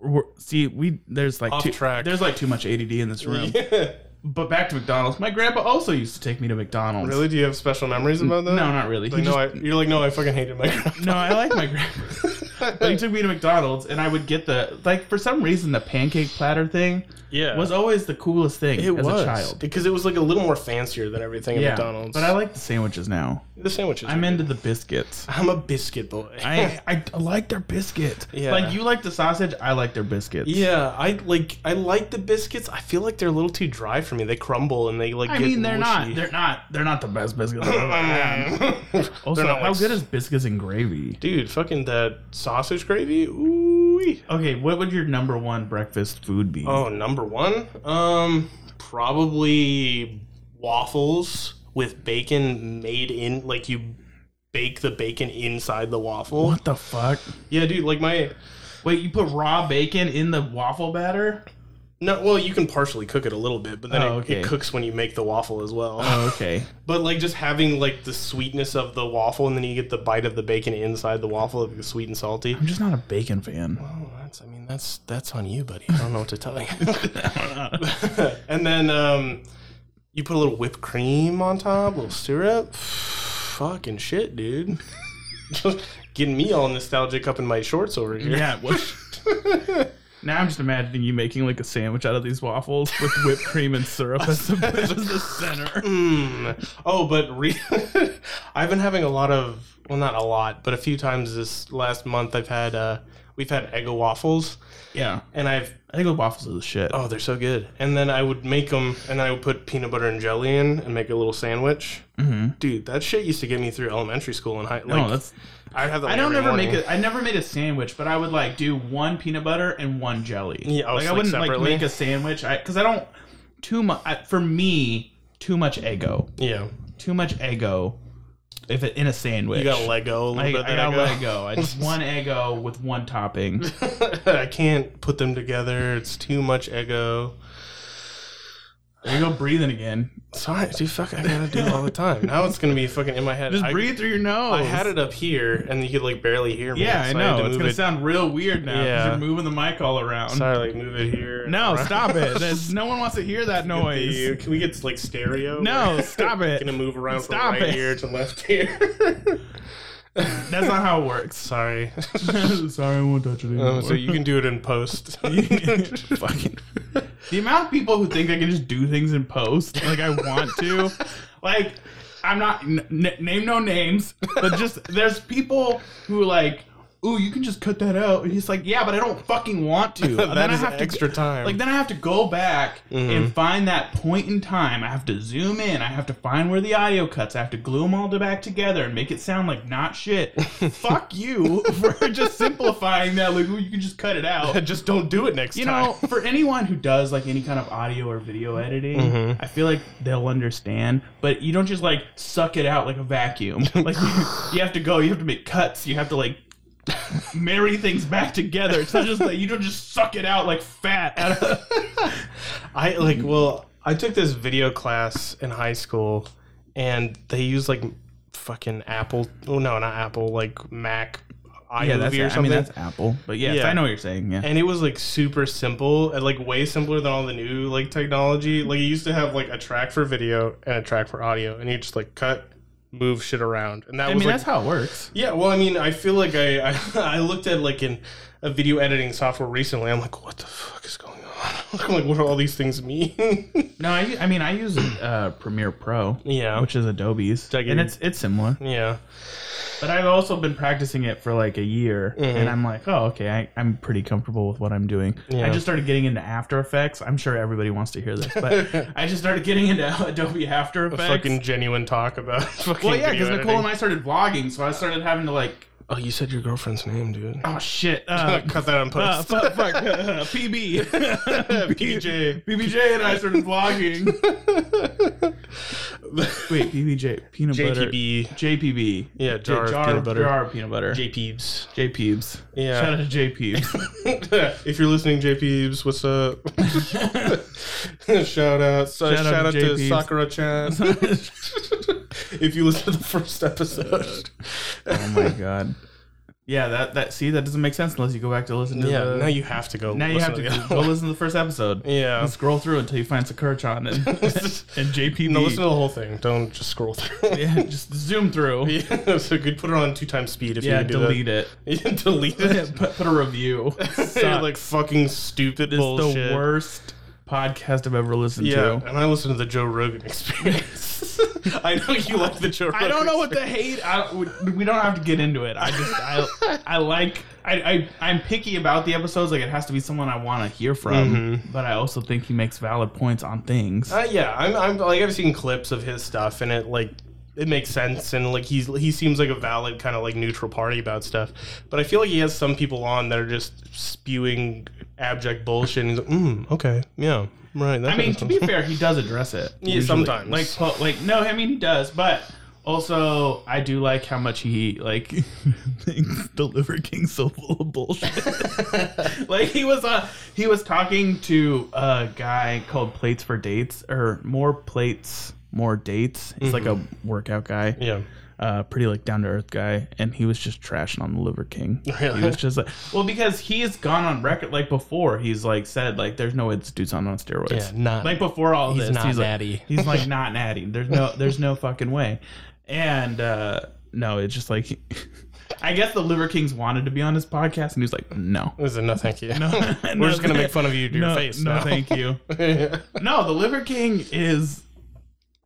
A: we're, see, we there's like
B: Off
A: too,
B: track.
A: there's like too much ADD in this room.
B: Yeah.
A: But back to McDonald's. My grandpa also used to take me to McDonald's.
B: Really? Do you have special memories about that?
A: No, not really. He
B: Like, no,
A: just-
B: I, you're like, no, I fucking hated my grandpa.
A: No, I like my grandpa. but he took me to McDonald's, and I would get the like for some reason the pancake platter thing
B: yeah,
A: was always the coolest thing
B: it
A: as
B: was
A: a child.
B: because it was like a little more fancier than everything at
A: yeah,
B: McDonald's.
A: but I like the sandwiches now.
B: the sandwiches.
A: I'm into the biscuits.
B: I'm a biscuit boy.
A: I, I like their biscuit.
B: Yeah.
A: Like you like the sausage, I like their biscuits.
B: Yeah, I like I like the biscuits. I feel like they're a little too dry for me. They crumble and they like.
A: I
B: get
A: mean, they're
B: mushy.
A: not. They're not. They're not the best biscuits. I've ever had.
B: They're
A: also,
B: not
A: how
B: like-
A: good is biscuits and gravy?
B: dude? Fucking that sausage gravy. Ooh.
A: Okay, what would your number one breakfast food be?
B: Oh, number one. Um, probably waffles with bacon made in like you bake the bacon inside the waffle.
A: What the fuck?
B: Yeah, dude. Like my
A: Wait, you put raw bacon in the waffle batter?
B: no. Well, you can partially cook it a little bit, but then
A: Oh,
B: it,
A: okay.
B: it cooks when you make the waffle as well.
A: Oh, okay.
B: But like just having like the sweetness of the waffle, and then you get the bite of the bacon inside the waffle, like, sweet and salty.
A: I'm just not a bacon fan.
B: Oh, that's I mean that's that's on you, buddy. I don't know what to tell you. and then um, you put a little whipped cream on top, a little syrup. Fucking shit, dude. Getting me all nostalgic up in my shorts over here.
A: Yeah. Well, now I'm just imagining you making like a sandwich out of these waffles with whipped cream and syrup as the, as the center.
B: Mm. Oh, but re- I've been having a lot of well, not a lot, but a few times this last month I've had uh, we've had Eggo waffles,
A: Yeah.
B: and I've
A: I think the waffles are the shit.
B: oh they're so good. And then I would make them, and I would put peanut butter and jelly in, and make a little sandwich.
A: Mm-hmm.
B: Dude, that shit used to get me through elementary school and high. Like,
A: no, that's
B: I'd have that.
A: I don't ever make it. I never made a sandwich, but I would like do one peanut butter and one jelly.
B: Yeah, oh,
A: like
B: so,
A: I
B: like,
A: wouldn't like
B: separately?
A: make a sandwich. I because I don't too much I, for me too much ego,
B: Yeah,
A: too much ego. If it, in a sandwich,
B: you got Lego a little
A: I,
B: bit.
A: I
B: there
A: got Lego. I just one Eggo with one topping.
B: I can't put them together. It's too much ego.
A: There you go, breathing again.
B: Sorry, dude. Fuck, I gotta do it all the time. Now it's gonna be fucking in my head.
A: Just
B: I-
A: breathe through your nose.
B: I had it up here, and you could like barely hear me.
A: Yeah, I
B: so had
A: know.
B: to
A: It's
B: move
A: gonna
B: it.
A: sound real weird now 'cause
B: Yeah.
A: you're moving the mic all around.
B: Sorry, like move it here. and
A: No,
B: around.
A: stop it. There's- no one wants to hear that
B: Can you-
A: noise.
B: Can we get like stereo?
A: No, stop
B: We're gonna
A: it.
B: move around
A: Stop
B: from right
A: it.
B: here to left here.
A: That's not how it works.
B: Sorry.
A: Sorry, I won't touch it anymore.
B: Oh, so you can do it in post.
A: Fucking. The amount of people who think they can just do things in post, like I want to, like I'm not n- n- name no names, but just there's people who like, ooh, you can just cut that out, and he's like, yeah, but I don't fucking want to. And
B: that
A: then
B: is
A: I have
B: extra
A: to,
B: time.
A: Like then I have to go back and find that point in time. I have to zoom in. I have to find where the audio cuts. I have to glue them all back together and make it sound like not shit. Fuck you for just simplifying that. Like ooh, you can just cut it out.
B: Just don't do it next
A: You
B: time.
A: know, for anyone who does like any kind of audio or video editing, I feel like they'll understand. But you don't just like suck it out like a vacuum. Like you, you have to go. You have to make cuts. You have to like marry things back together. It's not just that you don't just suck it out like fat. Out of,
B: I like well, I took this video class in high school and they used like fucking Apple oh no, not Apple, like Mac iMovie or something.
A: Apple. But yes,
B: Yeah. I know
A: what you're saying. Yeah.
B: and it was like super simple and like way simpler than all the new like technology. Like you used to have like a track for video and a track for audio and you just like cut, move shit around. And that
A: I
B: was
A: mean,
B: like
A: that's how it works.
B: Yeah, well, I mean, I feel like I I, I looked at like in a video editing software recently. I'm like, what the fuck is going on? I'm like, what do all these things mean?
A: No, I, I mean I use uh, Premiere Pro,
B: yeah.
A: which is Adobe's,
B: I get
A: and
B: it.
A: it's it's similar.
B: yeah.
A: But I've also been practicing it for like a year,
B: Mm-hmm.
A: and I'm like, oh, okay, I, I'm pretty comfortable with what I'm doing. I
B: Yeah.
A: just started getting into After Effects. I'm sure everybody wants to hear this, but I just started getting into Adobe After
B: A
A: Effects.
B: fucking genuine talk about fucking
A: well, yeah, because
B: video
A: Nicole and
B: editing.
A: I started vlogging, so I started having to like,
B: Oh, you said your girlfriend's name, dude.
A: oh shit, uh,
B: Cut that on
A: uh,
B: post.
A: fuck, fuck, uh, PB,
B: PJ.
A: PBJ, and I started vlogging. Wait, PBJ, peanut butter,
B: JPB.
A: JPB,
B: Yeah, jar of
A: jar,
B: peanut butter.
A: jar of peanut butter, J,
B: JPeebs.
A: Peebs.
B: Yeah.
A: Shout out to J Peebs.
B: if you're listening, JPeebs, what's up? shout out. So,
A: Shout out
B: shout,
A: to
B: out, to,
A: JPeebs.
B: Sakura chan. if you listen to the first episode.
A: Oh my god. Yeah, that that see that doesn't make sense unless you go back to listen to
B: yeah,
A: the
B: Uh, now you have to go.
A: now you
B: listen
A: have to
B: the other
A: go
B: one.
A: listen to the first episode.
B: Yeah.
A: And scroll through until you find Sakurchan and and JPB.
B: No, listen to the whole thing. Don't just scroll through.
A: yeah, just zoom through. Yeah,
B: Yeah, so you could put it on two times speed if you could do
A: delete it.
B: that. Yeah, delete it.
A: put, put a review. It's
B: You're like fucking stupid bullshit.
A: the worst podcast I've ever listened
B: Yeah,
A: to.
B: and I listen to the Joe Rogan Experience. I know you like the Joe. Rogan
A: I don't know what the hate. I, we- we don't have to get into it. I just I, I like I, I I'm picky about the episodes. Like it has to be someone I want to hear from, but I also think he makes valid points on things.
B: Uh, yeah, I'm, I'm like I've seen clips of his stuff, and it like it makes sense, and like he's he seems like a valid kind of like neutral party about stuff. But I feel like he has some people on that are just spewing abject bullshit. And he's like, mm, okay, yeah, right. That
A: I mean,
B: makes
A: to
B: sense."
A: be fair, he does address it. usually.
B: sometimes.
A: Like, po- like no, I mean he does, but also I do like how much he like thinks the Liver King's so full of bullshit. like he was uh he was talking to a guy called Plates for Dates or More Plates More Dates. He's like a workout guy
B: Mm-hmm. yeah,
A: uh, pretty like down to earth guy, and he was just trashing on the Liver King.
B: Really?
A: He was just like, well, because he has gone on record like before. He's like said like, there's no way this dude's on on steroids.
B: Yeah, not-
A: like before all
B: Uh, he's
A: this.
B: not
A: he's
B: natty.
A: Like, he's like not natty. There's no there's no fucking way. And uh, no, it's just like, I guess the Liver Kings wanted to be on his podcast, and he was like, no.
B: There's a no, thank you. We're just gonna make fun of you to
A: no,
B: your face.
A: No,
B: now.
A: thank you. No, the Liver King is,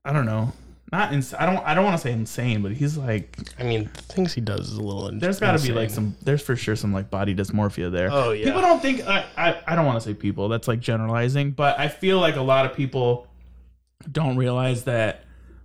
A: I don't know, not ins- I don't I don't want to say insane, but he's like
B: I mean, the things he does is a little.
A: there's got to be like some. There's for sure some like body dysmorphia there.
B: Oh, yeah.
A: People don't think. I I, I don't want to say people. That's like generalizing, but I feel like a lot of people don't realize that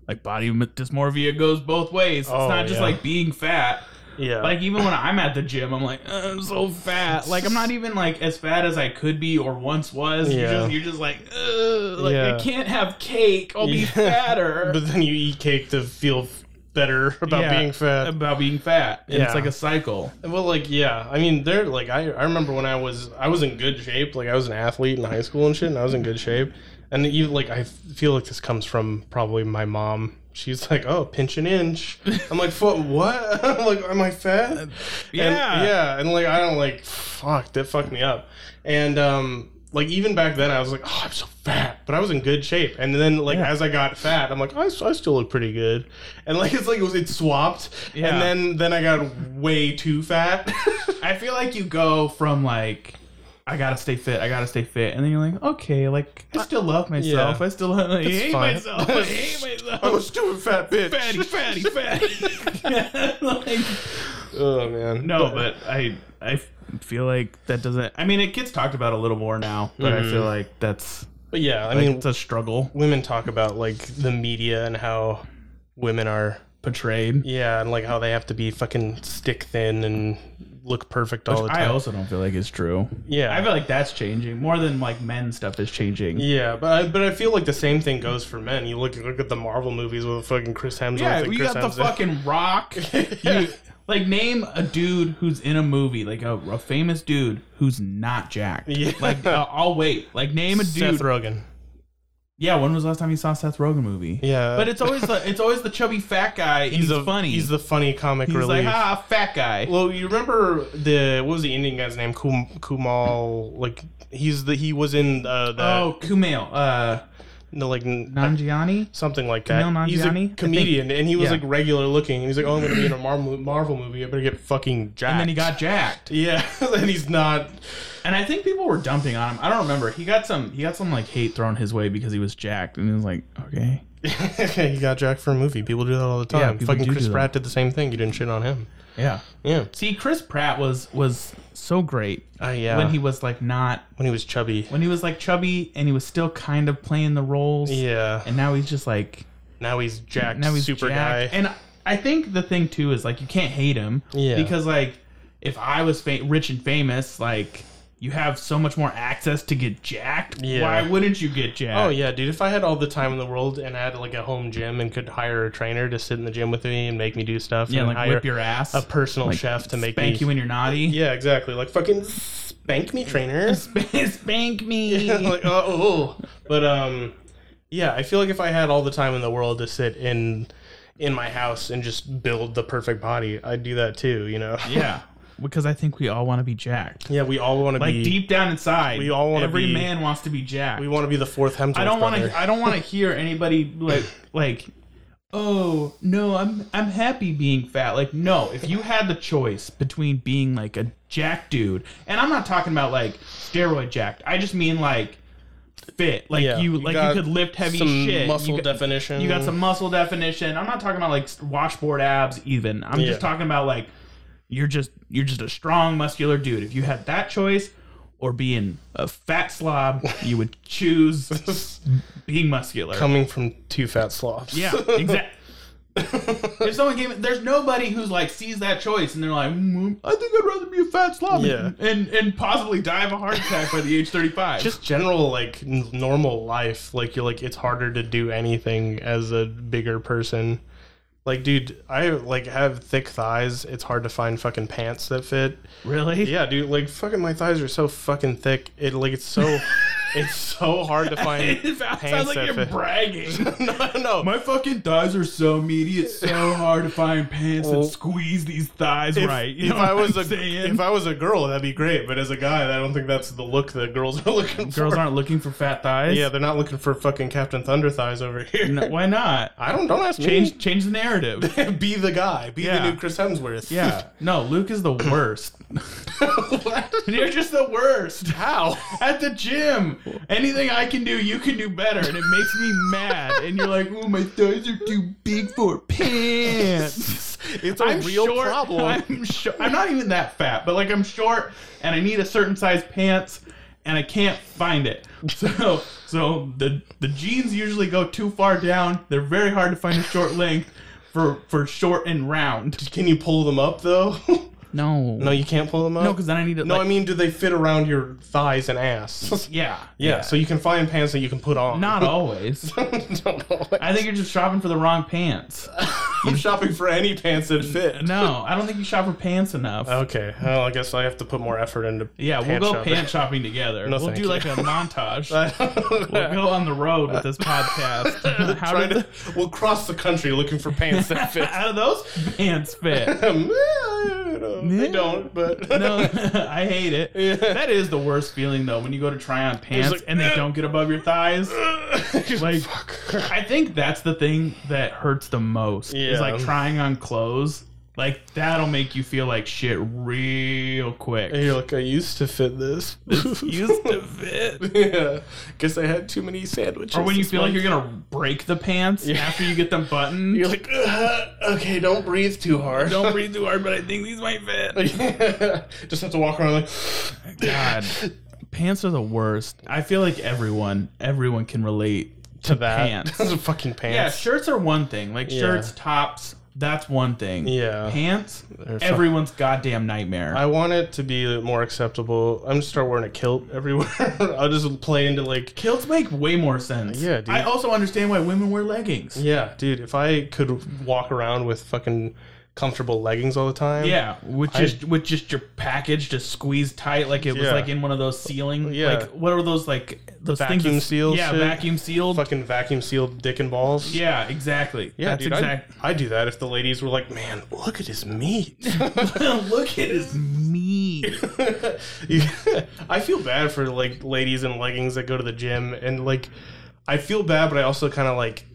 A: like body m- dysmorphia goes both ways.
B: Oh,
A: it's not just
B: yeah.
A: like being fat.
B: yeah,
A: Like even when I'm at the gym, I'm like "Uh, I'm so fat. Like I'm not even like as fat as I could be or once was. You're
B: Yeah.
A: just you're just like Ugh, like
B: Yeah.
A: I can't have cake. I'll be
B: Yeah.
A: fatter.
B: but then you eat cake to feel better about
A: Yeah, Uh,
B: being fat.
A: About being fat. And
B: Yeah.
A: It's like a cycle.
B: Well, like yeah, I mean, they're like I, I remember when I was I was in good shape, like I was an athlete in high school and shit, and I was in good shape, and even like I feel like this comes from probably my mom. She's like, "Oh, pinch an inch." I'm like, "Fuck, what?" I'm like, "Am I fat?"
A: Yeah.
B: and, yeah, and like I don't like, fuck, that fucked me up, and um. Like even back then, I was like, "Oh, I'm so fat," but I was in good shape. And then, like
A: Yeah.
B: as I got fat, I'm like, I, I still look pretty good." And like it's like it was it swapped,
A: Yeah.
B: and then and then I got way too fat.
A: I feel like you go from like I gotta stay fit, I gotta stay fit, and then you're like, okay, like I still love myself,
B: yeah.
A: I still like, I hate
B: fine.
A: myself, I hate
B: I'm a
A: myself,
B: stupid fat bitch.
A: fatty, fatty, fatty. like,
B: Oh man.
A: no, but I I feel like that doesn't. I mean, it gets talked about a little more now, but I feel like that's
B: But yeah, Mm-hmm. I
A: like,
B: mean,
A: it's a struggle
B: women talk about like the media and how women are.
A: portrayed.
B: Yeah, and like how they have to be fucking stick thin and look perfect all the
A: I
B: time.
A: also don't feel like it's true.
B: yeah.
A: I feel like that's changing more than like men stuff is changing.
B: yeah, but I, but I feel like the same thing goes for men. You look look at the Marvel movies with fucking Chris Hemsworth.
A: Yeah,
B: and
A: you
B: Chris
A: got the
B: Hemsworth.
A: fucking Rock. You- like name a dude who's in a movie, like a, a famous dude who's not jacked.
B: Yeah.
A: Like uh, I'll wait. Like name a dude.
B: Seth Rogen.
A: yeah, when was the last time you saw a Seth Rogen movie?
B: Yeah.
A: but it's always the it's always the chubby fat guy. and he's,
B: a-
A: funny.
B: He's the funny comic
A: He's
B: relief.
A: like ah fat guy.
B: Well, you remember the what was the Indian guy's name? Kum, Kumal, like he's the he was in uh, the
A: oh Kumail. Uh,
B: no, like n-
A: Nanjiani?
B: something like that.
A: Kumail
B: he's
A: Nanjiani,
B: a
A: I think.
B: comedian, and he was
A: Yeah.
B: like regular looking. And he's like, "Oh, I'm gonna be in a Mar- Marvel movie. I better get fucking jacked."
A: And then he got jacked.
B: yeah, and he's not.
A: And I think people were dumping on him. I don't remember. He got some he got some like hate thrown his way because he was jacked and he was like, okay.
B: he got jacked for a movie. People do that all the
A: Yeah,
B: time.
A: people
B: fucking
A: do
B: Chris
A: do that.
B: Pratt did the same thing. You didn't shit on him.
A: Yeah.
B: Yeah.
A: See, Chris Pratt was was so great
B: Uh, yeah.
A: when he was like not
B: when he was chubby.
A: when he was like chubby and he was still kind of playing the roles.
B: Yeah.
A: And now he's just like
B: now he's jacked.
A: now he's
B: super
A: jacked.
B: guy.
A: And I think the thing too is like you can't hate him.
B: Yeah.
A: Because like if I was fa- rich and famous, like you have so much more access to get jacked.
B: Yeah.
A: Why wouldn't you get jacked?
B: Oh yeah, dude! If I had all the time in the world and I had like a home gym and could hire a trainer to sit in the gym with me and make me do stuff,
A: Yeah,
B: and
A: like
B: hire
A: whip your ass.
B: a personal chef to make
A: spank
B: me,
A: you when you're naughty.
B: Yeah, exactly. Like fucking spank me, trainer.
A: Spank- spank me.
B: like oh, oh, oh. but um, yeah. I feel like if I had all the time in the world to sit in in my house and just build the perfect body, I'd do that too. You know?
A: yeah. Because I think we all want to be jacked.
B: Yeah, we all want to
A: Like
B: be.
A: deep down inside,
B: we all wanna
A: every
B: be-
A: man wants to be jacked.
B: we want to be the fourth Hemsworth.
A: I don't want
B: brother.
A: to. I don't want to hear anybody like like. Oh no, I'm I'm happy being fat. Like no, if you had the choice between being like a jack dude, and I'm not talking about like steroid jacked. I just mean like fit. Like
B: Yeah.
A: you like you
B: got
A: could lift heavy
B: some
A: shit. You
B: Muscle
A: got-
B: definition.
A: you got some muscle definition. I'm not talking about like washboard abs even. I'm
B: Yeah.
A: just talking about like you're just you're just a strong muscular dude. If you had that choice or being a fat slob, you would choose being muscular.
B: coming from two fat slobs.
A: yeah, exactly. if someone gave it, there's nobody who's like sees that choice and they're like, "Mm, I think I'd rather be a fat slob
B: Yeah.
A: and, and and possibly die of a heart attack by the age 35.
B: just general like n- normal life like you're like it's harder to do anything as a bigger person like dude i like have thick thighs it's hard to find fucking pants that fit
A: really?
B: yeah dude like fucking my thighs are so fucking thick it like it's so it's so hard to find
A: It sounds
B: pants
A: like
B: that
A: you're
B: fit
A: bragging.
B: no no
A: My fucking thighs are so meaty. It's so hard to find pants
B: Well,
A: that squeeze these thighs
B: if,
A: right. You
B: if
A: know
B: I
A: what
B: was
A: I'm
B: a
A: saying?
B: if I was a girl, that'd be great. But as a guy, I don't think that's the look that girls are looking
A: girls
B: for.
A: aren't looking for fat thighs,
B: Yeah, they're not looking for fucking Captain Thunder thighs over here.
A: No, why not?
B: I don't don't ask me.
A: Change change the narrative.
B: be the guy. Be
A: Yeah.
B: the new Chris Hemsworth.
A: Yeah, no, Luke is the worst.
B: What?
A: You're just the worst.
B: How?
A: At the gym, anything I can do, you can do better, and it makes me mad. And you're like, "Oh, my thighs are too big for pants."
B: It's a real
A: short,
B: problem.
A: I'm short. I'm not even that fat, but like I'm short and I need a certain size pants and I can't find it. So so the the jeans usually go too far down. They're very hard to find a short length for for short and round.
B: Can you pull them up though?
A: No.
B: no, you can't pull them up.
A: No, cuz then I need to
B: no.
A: like,
B: I mean, do they fit around your thighs and ass?
A: yeah.
B: yeah, so you can find pants that you can put on.
A: Not always.
B: Don't know.
A: I think you're just shopping for the wrong pants.
B: I'm shopping for any pants that fit.
A: No, I don't think you shop for pants enough.
B: Okay. Well, I guess I have to put more effort into.
A: yeah, we'll
B: pant
A: go
B: shopping.
A: pant shopping together.
B: No,
A: we'll
B: thank
A: do
B: you.
A: like a montage. We'll go on the road with this podcast. How
B: Trying
A: did
B: to, we'll cross the country looking for pants that fit.
A: how do those pants fit?
B: Um, I don't know. They don't, but
A: No, I hate it. That is the worst feeling though when you go to try on pants
B: like,
A: and they don't get above your thighs. Like I think that's the thing that hurts the most. Is
B: Yeah.
A: like trying on clothes. Like that'll make you feel like shit real quick.
B: you're like, I used to fit this.
A: Used to fit.
B: yeah, guess I had too many sandwiches.
A: Or when you
B: this
A: feel like
B: month.
A: you're gonna break the pants after you get them buttoned.
B: you're like, "Ugh, okay, don't breathe too hard.
A: don't breathe too hard, but I think these might fit.
B: Just have to walk around like,
A: God, pants are the worst. I feel like everyone, everyone can relate to, pants.
B: Those are fucking
A: yeah,
B: pants.
A: shirts are one thing. Like shirts, tops, that's one thing.
B: Yeah.
A: Pants,
B: They're fu-
A: everyone's goddamn nightmare.
B: I want it to be more acceptable. I'm gonna start wearing a kilt everywhere. I'll just play into like
A: Kilts make way more sense.
B: Yeah, dude.
A: I also understand why women wear leggings.
B: Yeah, dude, if I could walk around with fucking comfortable leggings all the time.
A: Yeah, with just with just your package just squeezed tight, like it was
B: Yeah.
A: like in one of those sealing.
B: Yeah.
A: like what are those like those things?
B: Vacuum
A: that-
B: seal
A: Yeah,
B: shit?
A: vacuum sealed.
B: Fucking vacuum sealed dick and balls.
A: Yeah, exactly.
B: Yeah,
A: that's
B: dude,
A: exactly.
B: I, I do that if the ladies were like, "Man, look at his meat."
A: Look at his meat.
B: You- I feel bad for like ladies in leggings that go to the gym and like I feel bad, but I also kind of like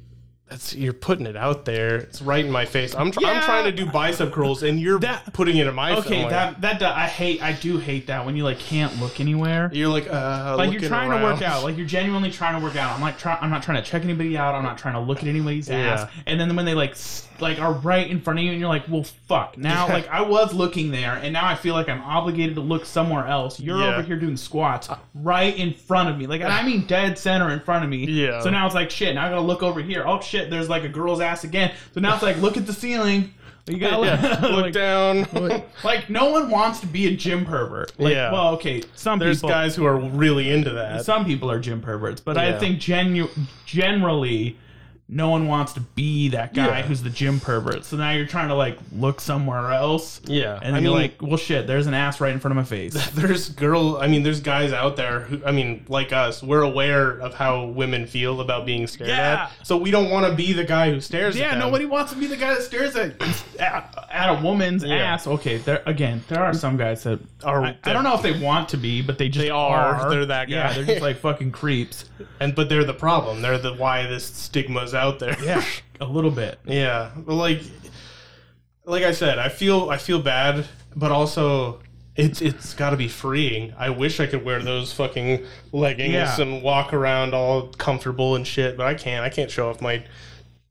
B: that's you're putting it out there. It's right in my face. I'm tr- I'm
A: Yeah.
B: trying to do bicep curls, and you're
A: That-
B: putting it in my face.
A: Okay, that that do- I hate. I do hate that when you like can't look anywhere.
B: you're like uh,
A: like you're
B: looking
A: trying
B: around.
A: to work out. Like you're genuinely trying to work out. I'm like, try- I'm not trying to check anybody out. I'm not trying to look at anybody's ass. And then when they like s- like are right in front of you, and you're like, well, fuck. Now like I was looking there, and now I feel like I'm obligated to look somewhere else. You're
B: Yeah.
A: over here doing squats right in front of me. Like and I mean dead center in front of me.
B: Yeah.
A: So now it's like shit. Now I gotta look over here. Oh shit, there's like a girl's ass again. So now it's like look at the ceiling. You gotta look,
B: Yeah, look
A: like,
B: down.
A: like, no one wants to be a gym pervert. Like,
B: Yeah.
A: Well, okay, some
B: There's
A: people
B: guys who are really into that.
A: some people are gym perverts, but
B: Yeah.
A: I think genu- generally no one wants to be that guy
B: Yeah.
A: who's the gym pervert. So now you're trying to like look somewhere else.
B: yeah,
A: And then
B: I mean,
A: you're
B: like
A: like, well, shit, there's an ass right in front of my face.
B: there's girl. I mean, there's guys out there who, I mean, like us, we're aware of how women feel about being stared
A: Yeah.
B: at. So we don't want to be the guy who stares. at
A: yeah,
B: them.
A: nobody wants to be the guy that stares at at, at a woman's
B: Yeah.
A: ass. Okay, there again, there are some guys that
B: Are-
A: I, I don't know if they want to be, but they just
B: They are. They're that guy.
A: Yeah, they're just like fucking creeps.
B: And but they're the problem. They're the why this stigma's out there.
A: Yeah, a little bit.
B: Yeah, but like, like I said, I feel I feel bad, but also it's it's got to be freeing. I wish I could wear those fucking leggings
A: Yeah.
B: and walk around all comfortable and shit, but I can't. I can't show off my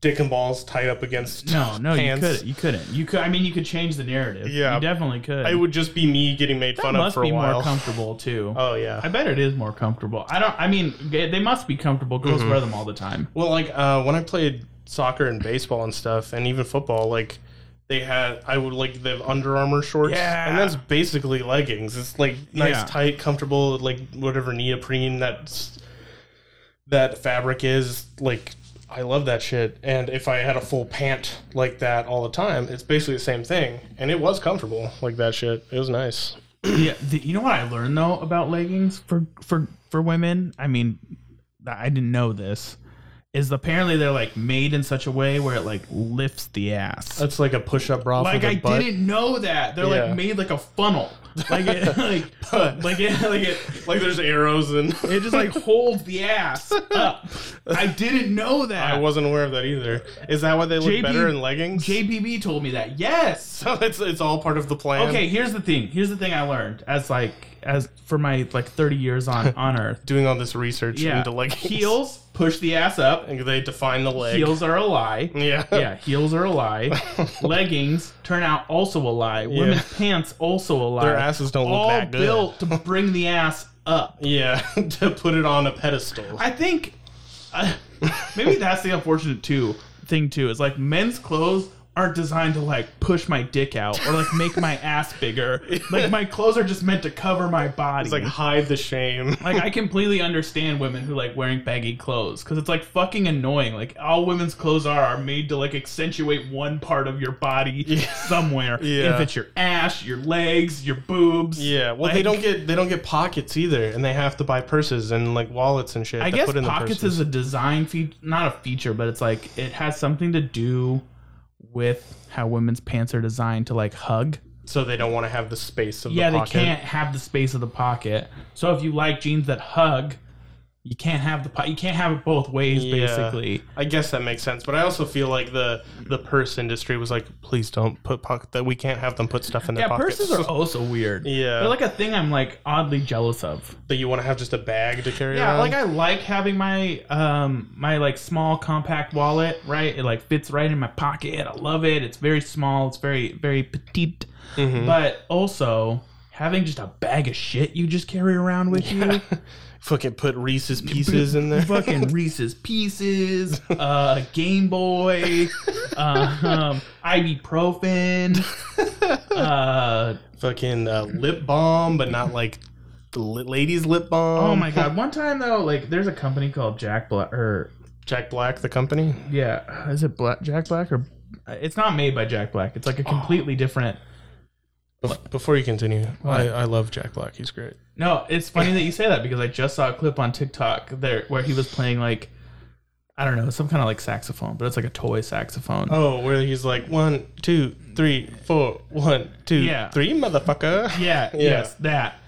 B: dick and balls tied up against.
A: No, no,
B: Pants.
A: you couldn't. You couldn't. You could. I mean, you could change the narrative.
B: Yeah.
A: you definitely could.
B: It would just be me getting made
A: That
B: fun of
A: must
B: for a
A: be more
B: while.
A: comfortable too.
B: oh yeah.
A: I bet it is more comfortable. I don't. I mean, they they must be comfortable. Girls
B: Mm-hmm.
A: wear them all the time.
B: Well, like uh, when I played soccer and baseball and stuff, and even football, like they had I would like the Under Armour shorts,
A: Yeah.
B: and that's basically leggings. It's like nice,
A: Yeah.
B: tight, comfortable, like whatever neoprene that's that fabric is. Like I love that shit. And if I had a full pant like that all the time, it's basically the same thing. And it was comfortable, like that shit. It was nice.
A: yeah. The, you know what I learned though about leggings for for for women. I mean, I didn't know this. Is apparently they're like made in such a way where it like lifts the ass.
B: That's like a push-up bra.
A: like
B: for Uh, the
A: I
B: butt.
A: didn't know that they're
B: Yeah.
A: like made like a funnel. Like it, like
B: But-
A: like it, like it.
B: Like there's arrows and
A: It just like holds the ass up. I didn't know that.
B: I wasn't aware of that either. Is that why they look
A: JB
B: better in leggings?
A: JBB told me that. Yes.
B: So it's it's all part of the plan.
A: Okay, here's the thing. Here's the thing I learned as like as for my like 30 years on on Earth.
B: Doing all this research
A: Yeah,
B: into leggings.
A: heels push the ass up.
B: And They define the leg.
A: Heels are a lie.
B: Yeah.
A: Yeah, heels are a lie. Leggings turn out also a lie. Women's pants also a lie.
B: Their asses don't look
A: All
B: that good.
A: built to bring the ass up.
B: Yeah. to put it on a pedestal.
A: I think uh, maybe that's the unfortunate too thing too is like men's clothes aren't designed to like push my dick out or like make my ass bigger. Like my clothes are just meant to cover my body.
B: It's like hide the shame.
A: Like I completely understand women who like wearing baggy clothes because it's like fucking annoying. Like all women's clothes are are made to like accentuate one part of your body somewhere.
B: Yeah.
A: If it's your ass, your legs, your boobs.
B: Yeah. Well, they
A: Like-
B: don't get they don't get pockets either, and they have to buy purses and like wallets and shit.
A: I
B: to
A: guess
B: put in
A: pockets
B: the
A: is
B: purses.
A: a design feature, not a feature, but it's like it has something to do with how women's pants are designed to like hug.
B: so they don't want to have the space of
A: yeah,
B: the
A: they
B: pocket.
A: can't have the space of the pocket. So if you like jeans that hug, you can't have the po- you can't have it both ways
B: Yeah.
A: basically.
B: I guess that makes sense, but I also feel like the the purse industry was like, please don't put pocket that we can't have them put stuff in their
A: Yeah,
B: pockets.
A: purses are also weird.
B: Yeah.
A: They're like a thing I'm like oddly jealous of.
B: that you want to have just a bag to carry
A: Yeah,
B: around.
A: like I like having my um my like small compact wallet, right? It like fits right in my pocket. I love it. It's very small, it's very very petite. But also having just a bag of shit you just carry around with you.
B: fucking put Reese's pieces in there.
A: Fucking Reese's Pieces, uh, Game Boy, uh, um, ibuprofen, uh,
B: fucking uh, lip balm, but not like the li- ladies' lip balm.
A: Oh my god! One time though, like there's a company called Jack Black, or
B: Jack Black, the company.
A: yeah, is it Black Jack Black or? It's not made by Jack Black. It's like a completely different.
B: Bef- Before you continue, I, I love Jack Black. He's great.
A: No, it's funny that you say that because I just saw a clip on TikTok there where he was playing like, I don't know, some kind of like saxophone, but it's like a toy saxophone.
B: Oh, where he's like one, two, three, four, one, two, three,
A: Yeah.
B: motherfucker.
A: Yeah,
B: Yeah.
A: yes, that.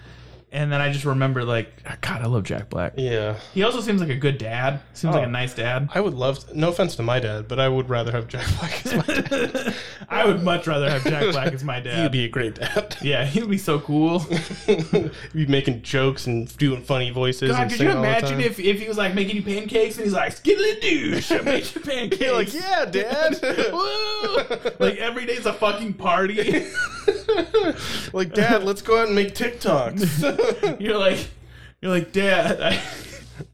A: And then I just remember, like, God, I love Jack Black.
B: Yeah.
A: He also seems like a good dad. Seems like
B: Oh.
A: a nice dad.
B: I would love. no offense to my dad, but I would rather have Jack Black as my dad.
A: I would much rather have Jack Black as my
B: He'd
A: dad.
B: be a great dad.
A: yeah, he'd be so cool.
B: He'd be making jokes and doing funny voices.
A: God,
B: and
A: could you
B: singing all the
A: imagine
B: time.
A: if, if he was like making you pancakes and he's like, Skiddly douche, I made you pancakes.
B: You're like, yeah, Dad.
A: Woo! Like every day's a fucking party.
B: like, Dad, let's go out and make TikToks.
A: You're like, you're like, Dad, I,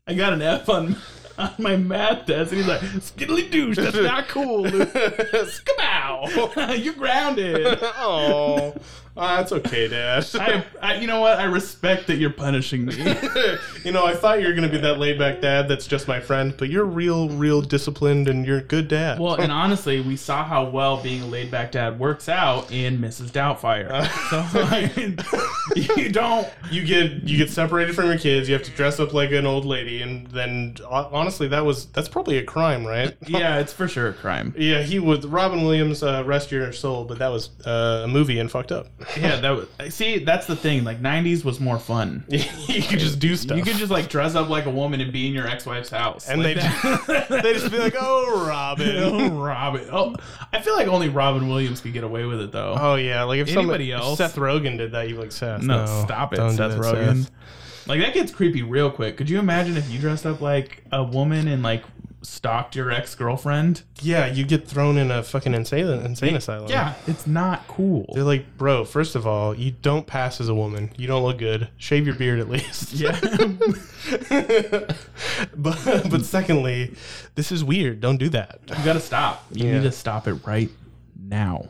A: I got an F on on my math test, and he's like, Skiddly douche, that's not cool. Luke. Skabow, you're grounded.
B: oh, that's okay, Dad.
A: I, I, you know what? I respect that you're punishing me.
B: you know, I thought you were gonna be that laid back dad that's just my friend, but you're real, real disciplined and you're a good dad.
A: Well, and honestly, we saw how well being a laid back dad works out in Mrs. Doubtfire.
B: Uh,
A: So like, you don't.
B: you get you get separated from your kids. You have to dress up like an old lady, and then ho- honestly, that was that's probably a crime, right?
A: Yeah, it's for sure a crime.
B: Yeah, he was Robin Williams. Uh, Rest your soul, but that was uh, a movie and fucked up.
A: Yeah, that was. See, that's the thing. Like '90s was more fun.
B: you could just do stuff.
A: You could just like dress up like a woman and be in your ex-wife's house.
B: and
A: like
B: they
A: that.
B: they just be like, "Oh, Robin."
A: oh, Robin. Oh, I feel like only Robin Williams could get away with it though.
B: Oh yeah, like if somebody
A: Anybody else?
B: Seth Rogen did that, you'd be like Seth.
A: no, stop it,
B: don't do
A: Seth
B: that,
A: Rogen. Like that gets creepy real quick. Could you imagine if you dressed up like a woman and like stalked your ex-girlfriend?
B: Yeah, you get thrown in a fucking insane insane asylum.
A: Yeah, it's not cool.
B: They're like, bro, first of all, you don't pass as a woman. You don't look good. Shave your beard at least.
A: Yeah.
B: but but secondly, this is weird. Don't do that.
A: You gotta stop. You
B: Yeah.
A: need to stop it right now.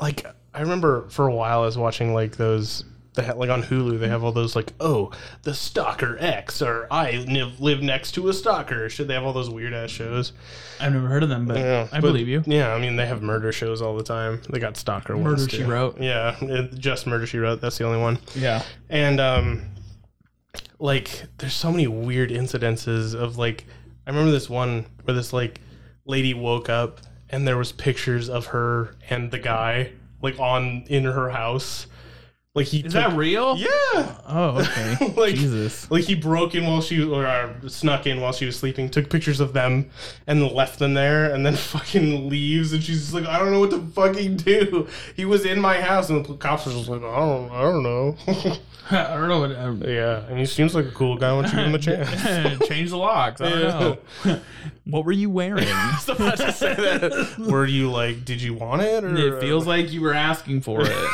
B: like I remember for a while I was watching like those they had, like on Hulu they have all those like oh the stalker X or I live, live next to a stalker. Should they have all those weird ass shows?
A: I've never heard of them, but
B: Yeah,
A: I
B: but-
A: believe you.
B: Yeah, I mean they have murder shows all the time. They got stalker ones.
A: Murder, She
B: too.
A: Wrote.
B: Yeah, it- just murder she wrote. That's the only one.
A: Yeah.
B: and um like there's so many weird incidences of like i remember this one where this like lady woke up and there was pictures of her and the guy like on in her house like he
A: Is
B: took-
A: that real?
B: yeah
A: Oh, okay.
B: Like-
A: Jesus.
B: like he broke in while she or uh, snuck in while she was sleeping took pictures of them and left them there and then fucking leaves and she's just like i don't know what to fucking do he was in my house and the cops were just like i don't, I don't know
A: I don't know. What, um,
B: Yeah, and he seems like a cool guy. Why don't you give him a chance?
A: Change the locks. I don't know. what were you wearing?
B: Were you like, did you want it? Or uh,
A: It feels like you were asking for it.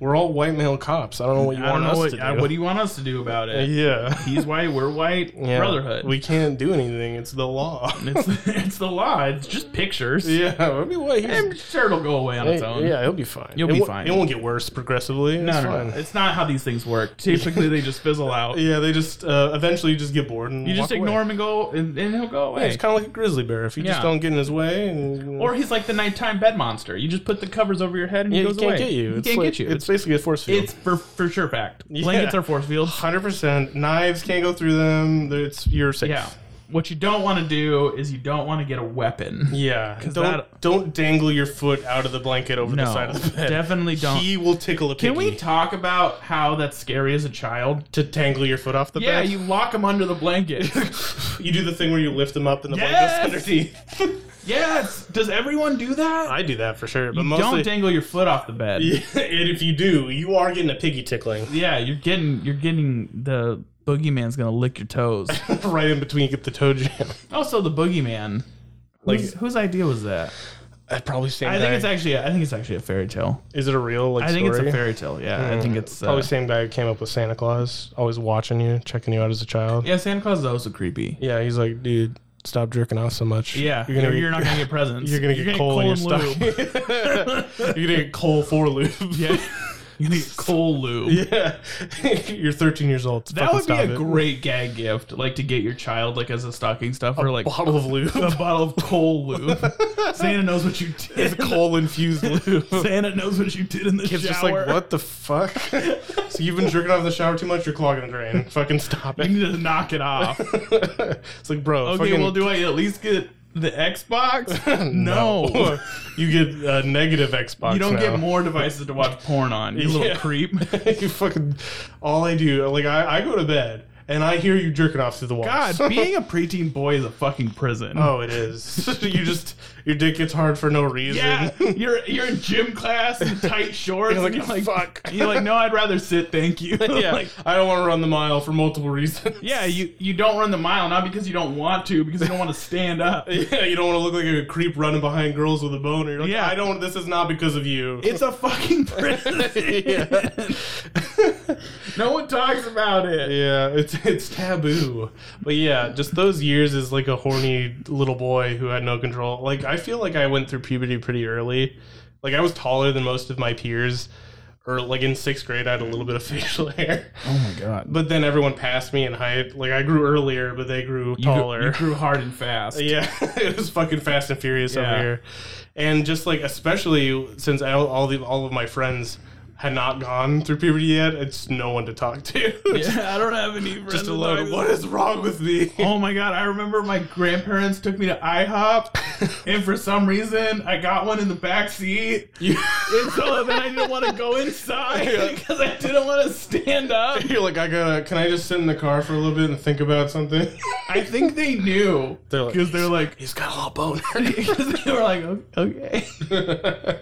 B: we're all white male cops. I don't know what you
A: I don't
B: want
A: know
B: us
A: what.
B: to do.
A: uh, what do you want us to do about it?
B: yeah.
A: He's white. We're white.
B: Yeah.
A: Brotherhood.
B: We can't do anything. It's the law.
A: it's, it's the law. It's just pictures.
B: yeah, I mean, what? he's-
A: I'm sure it'll go away on its own.
B: yeah, he'll be fine.
A: You'll
B: It
A: be
B: won't-
A: fine.
B: It won't get worse progressively. It's
A: No, no,
B: fine.
A: no. It's not how these things work. Typically, they just fizzle out.
B: yeah, they just uh, eventually you just get bored and
A: You just
B: walk away.
A: ignore him and go, and, and he'll go
B: Yeah,
A: away.
B: It's kind of like a grizzly bear. If you just
A: Yeah.
B: don't get in his way, and,
A: or he's like the nighttime bed monster. You just put the covers over your head and
B: yeah,
A: he
B: he
A: goes
B: can't
A: away.
B: get you.
A: He
B: It's
A: can't
B: like-
A: get you.
B: It's
A: It's,
B: basically a force field.
A: it's for for sure fact. Blankets are force fields.
B: Hundred percent. Knives can't go through them. It's you're safe.
A: Yeah. What you don't want to do is you don't want to get a weapon.
B: Yeah. Don't
A: that-
B: don't dangle your foot out of the blanket over the
A: No,
B: side of the bed.
A: definitely don't.
B: He will tickle a piggy
A: Can we talk about how that's scary as a child?
B: to tangle your foot off the
A: Yeah,
B: bed.
A: you lock them under the blanket.
B: you do the thing where you lift them up and the
A: Yes!
B: blanket's underneath.
A: yes. Does everyone do that?
B: I do that for sure, but
A: you
B: mostly.
A: don't dangle your foot off the bed.
B: Yeah, and if you do, you are getting a piggy tickling
A: Yeah, you're getting you're getting the boogeyman's gonna lick your toes.
B: right in between. You get the toe jam.
A: also, the boogeyman. Like,
B: Like-
A: whose, whose idea was that?
B: I probably same.
A: I
B: guy.
A: think it's actually I think it's actually a fairy tale.
B: Is it a real like
A: I think it's
B: story?
A: a fairy tale. Yeah, I think it's uh,
B: Probably same guy who came up with Santa Claus, always watching you, checking you out as a child.
A: yeah. Santa Claus is also creepy.
B: Yeah, he's like, dude, stop jerking off so much.
A: Yeah,
B: you're gonna,
A: you're not gonna get presents.
B: you're gonna get coal in your
A: and lube.
B: stocking. you're gonna get coal for lube.
A: Yeah, you're gonna get coal lube.
B: yeah, you're 13 years old.
A: That
B: Fucking
A: would be
B: stop
A: a
B: it.
A: great gag gift, like to get your child like as a stocking stuffer, like
B: bottle of
A: a
B: lube.
A: bottle of coal lube. Santa knows what you did.
B: coal infused lube.
A: Santa knows what you did in the
B: It's
A: shower.
B: just like, what the fuck? so you've been jerking off in the shower too much. You're clogging the drain. Fucking stop
A: You
B: it.
A: need to knock it off.
B: it's like, bro.
A: Okay,
B: fucking,
A: well, do I at least get The Xbox? No.
B: you get a negative Xbox.
A: You don't
B: now.
A: get more devices to watch porn on, you little
B: Yeah.
A: creep.
B: you fucking. All I do, like I, I go to bed and I hear you jerking off through the walls.
A: God, being a preteen boy is a fucking prison.
B: oh, it is. you just your dick gets hard for no reason.
A: yeah, you're you're in gym class in tight shorts.
B: You're like,
A: and you're
B: "Oh,
A: like
B: fuck.
A: You're like, no, I'd rather sit, thank you.
B: yeah,
A: Like,
B: I don't want to run the mile for multiple reasons.
A: yeah, you you don't run the mile not because you don't want to, because you don't want to stand up.
B: Yeah, you don't want to look like a creep running behind girls with a boner. You're like,
A: Yeah.
B: I don't. This is not because of you.
A: It's a fucking prison. no one talks about it.
B: yeah, it's it's taboo. But yeah, just those years as like a horny little boy who had no control. Like I feel like I went through puberty pretty early. Like I was taller than most of my peers. Or like in sixth grade, I had a little bit of facial hair.
A: Oh my god.
B: But then everyone passed me in height. Like I grew earlier, but they grew
A: You,
B: taller.
A: you grew hard and fast.
B: Yeah, it was fucking Fast and Furious
A: Yeah.
B: over here, and just like especially since all, all the all of my friends had not gone through puberty yet, it's no one to talk to.
A: Yeah, I don't have any friends.
B: just
A: that
B: alone.
A: like
B: What is wrong with me?
A: Oh my god, I remember my grandparents took me to IHOP and for some reason I got one in the back seat.
B: You,
A: And so then I didn't want to go inside
B: Yeah.
A: because I didn't want to stand up.
B: are like, I gotta. Can I just sit in the car for a little bit and think about something?
A: I think they knew
B: They're like,
A: because they're like
B: He's got a little boner.
A: because they were like "O- okay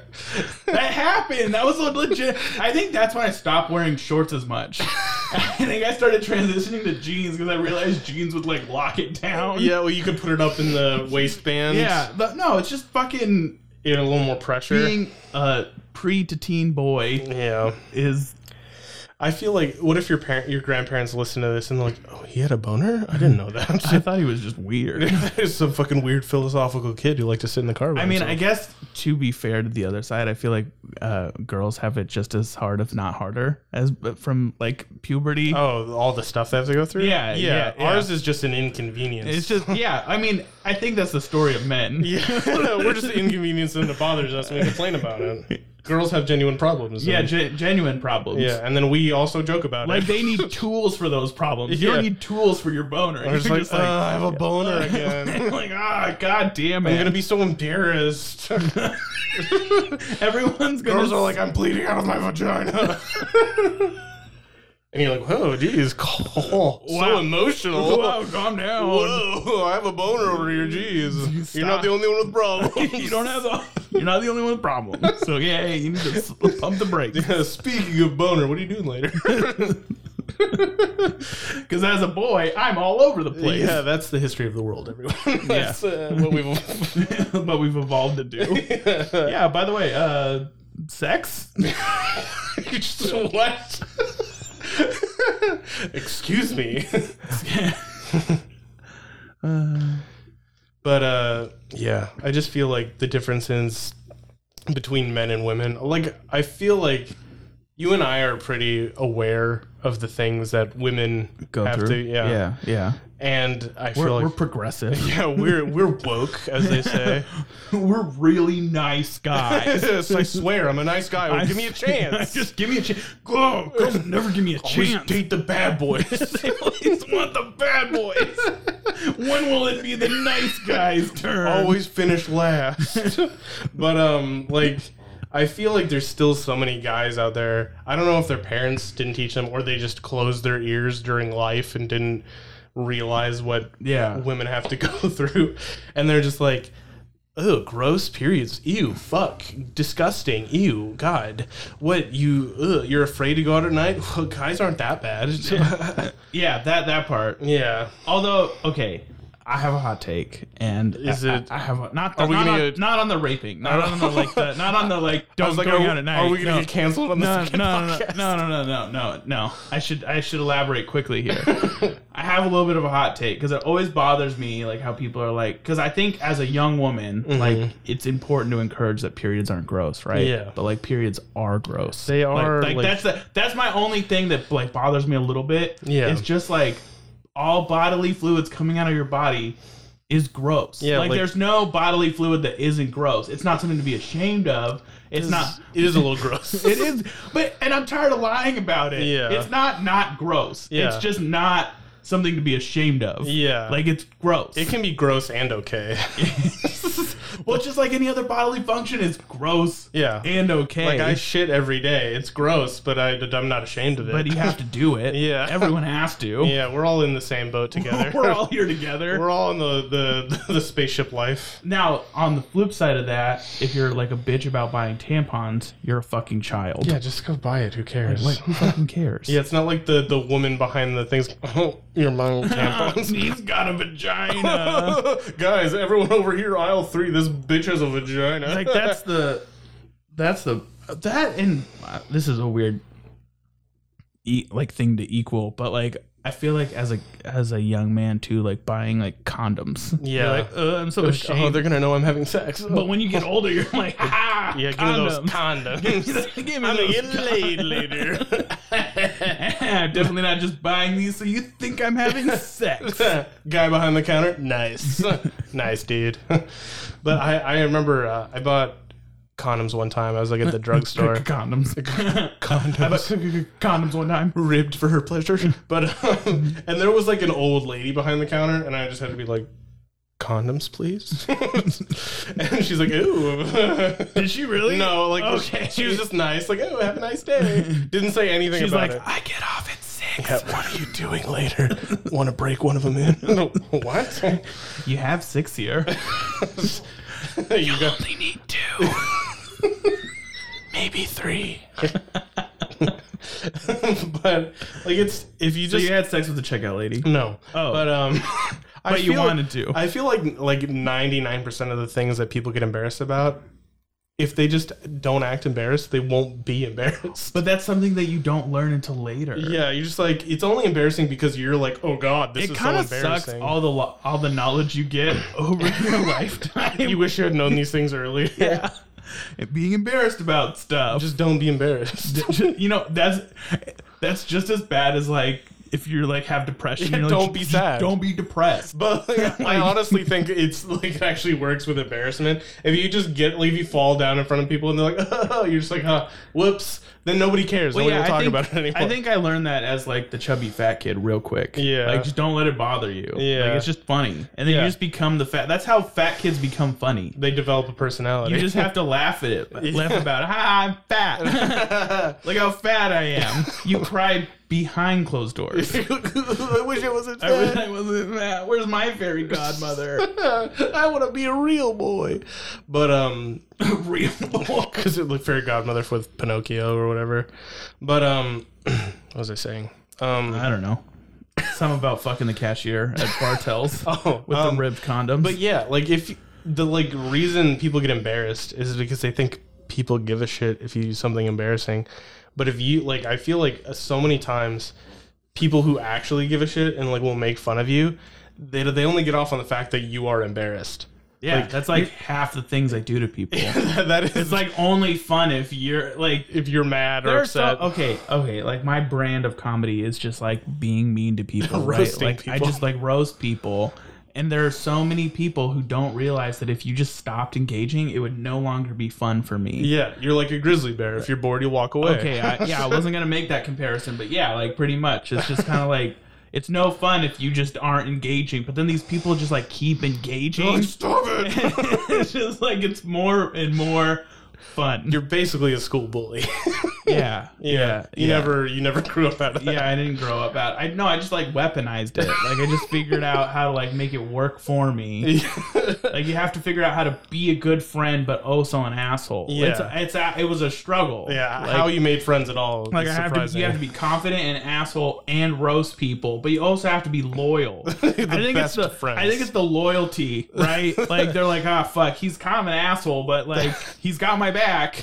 A: that happened that was a legit i think that's why i stopped wearing shorts as much i think i started transitioning to jeans because i realized jeans would like lock it down
B: yeah, well, you could put it up in the waistband.
A: yeah but no it's just fucking
B: you know, a little more pressure.
A: being a pre to teen boy
B: yeah.
A: is
B: I feel like, what if your parent, your grandparents listen to this and they're like, "Oh, he had a boner? I didn't know that."
A: i thought he was just weird
B: There's some fucking weird philosophical kid who liked to sit in the car.
A: I mean, I guess to be fair to the other side, I feel like uh, girls have it just as hard, if not harder, as from like puberty.
B: oh, all the stuff they have to go through.
A: Yeah, yeah, yeah.
B: Ours is just an inconvenience.
A: It's just yeah. I mean, I think that's the story of men.
B: yeah, we're just inconvenienced and it bothers us. and We complain about it. Girls have genuine problems.
A: Yeah,
B: and-
A: gen- genuine problems.
B: yeah, and then we also joke about
A: Like
B: it.
A: they need tools for those problems. You
B: Yeah.
A: don't need tools for your boner.
B: We're just
A: You're
B: like, "Uh, I have a boner again.
A: like, ah, god damn it.
B: I'm gonna be so embarrassed.
A: Everyone's gonna
B: Girls are like, I'm bleeding out of my vagina. and you're like, whoa, geez, cool.
A: Wow.
B: so emotional.
A: Whoa, calm down.
B: Whoa, Oh, I have a boner over here. Jeez,
A: Stop.
B: you're not the only one with problems.
A: You don't have the you're not the only one with problems. So yeah, you need to s- pump the brakes.
B: Speaking of boner, what are you doing later?
A: Because as a boy, I'm all over the place.
B: yeah, that's the history of the world, everyone. that's uh, what we've.
A: but we've evolved to do. yeah, by the way, uh sex?
B: You just- what? Excuse me.
A: Uh,
B: But uh, yeah, I just feel like the differences between men and women. Like I feel like you and I are pretty aware of the things that women have to. Yeah.
A: yeah, yeah.
B: and I
A: We're,
B: feel like
A: we're progressive.
B: yeah, we're we're woke, as they say.
A: We're really nice guys.
B: So I swear, I'm a nice guy. Well, give me a chance.
A: Just give me a chance. Go, girls never give me a
B: Please
A: chance.
B: date the bad boys.
A: They always want the bad boys. when will it be the nice guys' turn?
B: always finish last. but um like I feel like there's still so many guys out there. I don't know if their parents didn't teach them or they just closed their ears during life and didn't realize what
A: Yeah.
B: women have to go through and they're just like Oh, gross periods. Ew, fuck. Disgusting. Ew, God. What, you, ugh, you're afraid to go out at night? Well, guys aren't that bad.
A: Yeah, that that part.
B: yeah.
A: Although, okay, I have a hot take, and
B: Is
A: I,
B: it-
A: I, I have a, not the,
B: we
A: not,
B: gonna
A: on,
B: get-
A: not on the raping, not on the like the, not on the like
B: I
A: don't
B: was like,
A: go
B: are,
A: out at night.
B: are we going to
A: No.
B: get canceled on this
A: No,
B: fucking
A: no, no,
B: podcast?
A: no, no, no, no, no, no. I should I should elaborate quickly here. I have a little bit of a hot take because it always bothers me like how people are like because I think as a young woman
B: Mm-hmm.
A: like it's important to encourage that periods aren't gross, right?
B: Yeah.
A: But like periods are gross.
B: They
A: Like-
B: are,
A: Like,
B: like-
A: that's the that's my only thing that like bothers me a little bit.
B: Yeah.
A: It's just like all bodily fluids coming out of your body. Is gross.
B: Yeah,
A: like,
B: like-
A: there's no bodily fluid that isn't gross. It's not something to be ashamed of. It's not
B: It is a little gross.
A: it is, but and I'm tired of lying about it.
B: Yeah.
A: It's not not gross.
B: Yeah.
A: It's just not something to be ashamed of.
B: Yeah.
A: Like it's gross.
B: It can be gross and okay.
A: well, just like any other bodily function, it's gross
B: Yeah.
A: and okay.
B: Like I shit every day. It's gross, but I, I'm not ashamed of it.
A: but you have to do it.
B: Yeah.
A: Everyone has to.
B: yeah, we're all in the same boat together.
A: We're all here together.
B: We're all in the, the, the spaceship life.
A: now, on the flip side of that, if you're like a bitch about buying tampons, you're a fucking child.
B: just go buy it. Who cares?
A: Like, who fucking cares?
B: Yeah, it's not like the, the woman behind the things. Oh, your mom tampons.
A: He's got a vagina.
B: Guys, everyone over here, aisle three. This bitch has a vagina.
A: like that's the that's the that and uh, this is a weird e- like thing to equal but like i feel like as a as a young man too like buying like condoms
B: Yeah.
A: You're like "Ugh, i'm so ashamed
B: oh, they're gonna know I'm having sex.
A: but when you get older you're like ha
B: yeah, give me those
A: condoms
B: condoms.
A: Give me
B: I'm gonna
A: those
B: get laid later.
A: I'm "Ah, definitely not just buying these so you think i'm having sex
B: Guy behind the counter, nice, nice dude. but I, I remember uh, I bought condoms one time. I was like at the drugstore.
A: condoms
B: condoms.
A: I bought condoms one time
B: ribbed for her pleasure. But um, and there was like an old lady behind the counter, and I just had to be like, "Condoms, please." and she's like, "Ooh."
A: did she really
B: No, like
A: Okay.
B: she was just nice, like, "Oh, have a nice day." Didn't say anything
A: she's
B: about
A: like
B: it.
A: i get off at six
B: what are you doing later? Want to break one of them in? what?
A: you have six here
B: you got
A: only need two. Maybe three.
B: but like it's if you
A: So
B: just
A: you had sex with the checkout lady.
B: no.
A: Oh.
B: but um, I
A: But you
B: feel-
A: wanted to.
B: I feel like like ninety nine percent of the things that people get embarrassed about, if they just don't act embarrassed, they won't be embarrassed.
A: But that's something that you don't learn until later.
B: Yeah, you're just like it's only embarrassing because you're like, oh god, this
A: It
B: is so
A: kind of sucks
B: embarrassing.
A: all the lo- all the knowledge you get over your lifetime.
B: you wish you had known these things earlier. Yeah,
A: And being embarrassed about stuff.
B: just don't be embarrassed.
A: you know, that's that's just as bad as like if you're like have depression.
B: Yeah,
A: you're like,
B: don't be
A: "Just
B: sad."
A: Don't be depressed.
B: But like, I honestly think it's like it actually works with embarrassment. If you just get like if you fall down in front of people and they're like, oh, you're just like, huh, whoops, then nobody cares.
A: Well,
B: nobody
A: yeah,
B: will
A: I
B: talk
A: think-
B: about it anymore.
A: I think I learned that as like the chubby fat kid, real quick.
B: Yeah.
A: like just don't let it bother you.
B: Yeah.
A: like, it's just funny, and then
B: Yeah.
A: you just become the fat. That's how fat kids become funny.
B: they develop a personality.
A: You just have to laugh at it, laugh about it. Ha, I'm fat. Look how fat I am. You cry behind closed doors.
B: I wish I wasn't
A: I wish I wasn't fat. Where's my fairy godmother?
B: I want to be a real boy. But, um,
A: Real book.
B: because it looked fairy godmother with Pinocchio or whatever. But, um, what was I saying? Um,
A: I don't know. Something about fucking the cashier at Bartels
B: oh,
A: with
B: um,
A: the ribbed condoms.
B: But yeah, like if the like reason people get embarrassed is because they think people give a shit if you do something embarrassing. But if you like, I feel like uh, so many times people who actually give a shit and like will make fun of you, they they only get off on the fact that you are embarrassed.
A: yeah, that's like half the things I do to people.
B: that is
A: It's like only fun if you're like
B: if you're mad or
A: there's
B: upset.
A: some okay, okay. Like my brand of comedy is just like being mean to people, right?
B: Roasting
A: like I
B: people.
A: just like roast people, and there are so many people who don't realize that if you just stopped engaging, it would no longer be fun for me.
B: Yeah, you're like a grizzly bear. If you're bored, you walk away.
A: Okay, I, yeah, I wasn't gonna make that comparison, but yeah, like pretty much, it's just kind of like. It's no fun if you just aren't engaging, but then these people just like keep engaging.
B: Stop it!
A: it's just like it's more and more fun.
B: You're basically a school bully.
A: yeah, yeah.
B: you never you never grew up out of that.
A: yeah, I didn't grow up out. I no, I just like weaponized it. Like I just figured out how to like make it work for me. Like you have to figure out how to be a good friend, but also an asshole.
B: Yeah.
A: it's it's a, it was a struggle.
B: Yeah,
A: like,
B: how you made friends at all?
A: like
B: is
A: I have to,
B: surprising.
A: you have to be confident and asshole and roast people, but you also have to be loyal. I think it's
B: best
A: the
B: friends.
A: I think it's the loyalty, right? like they're like, ah, fuck, he's kind of an asshole, but like he's got my back.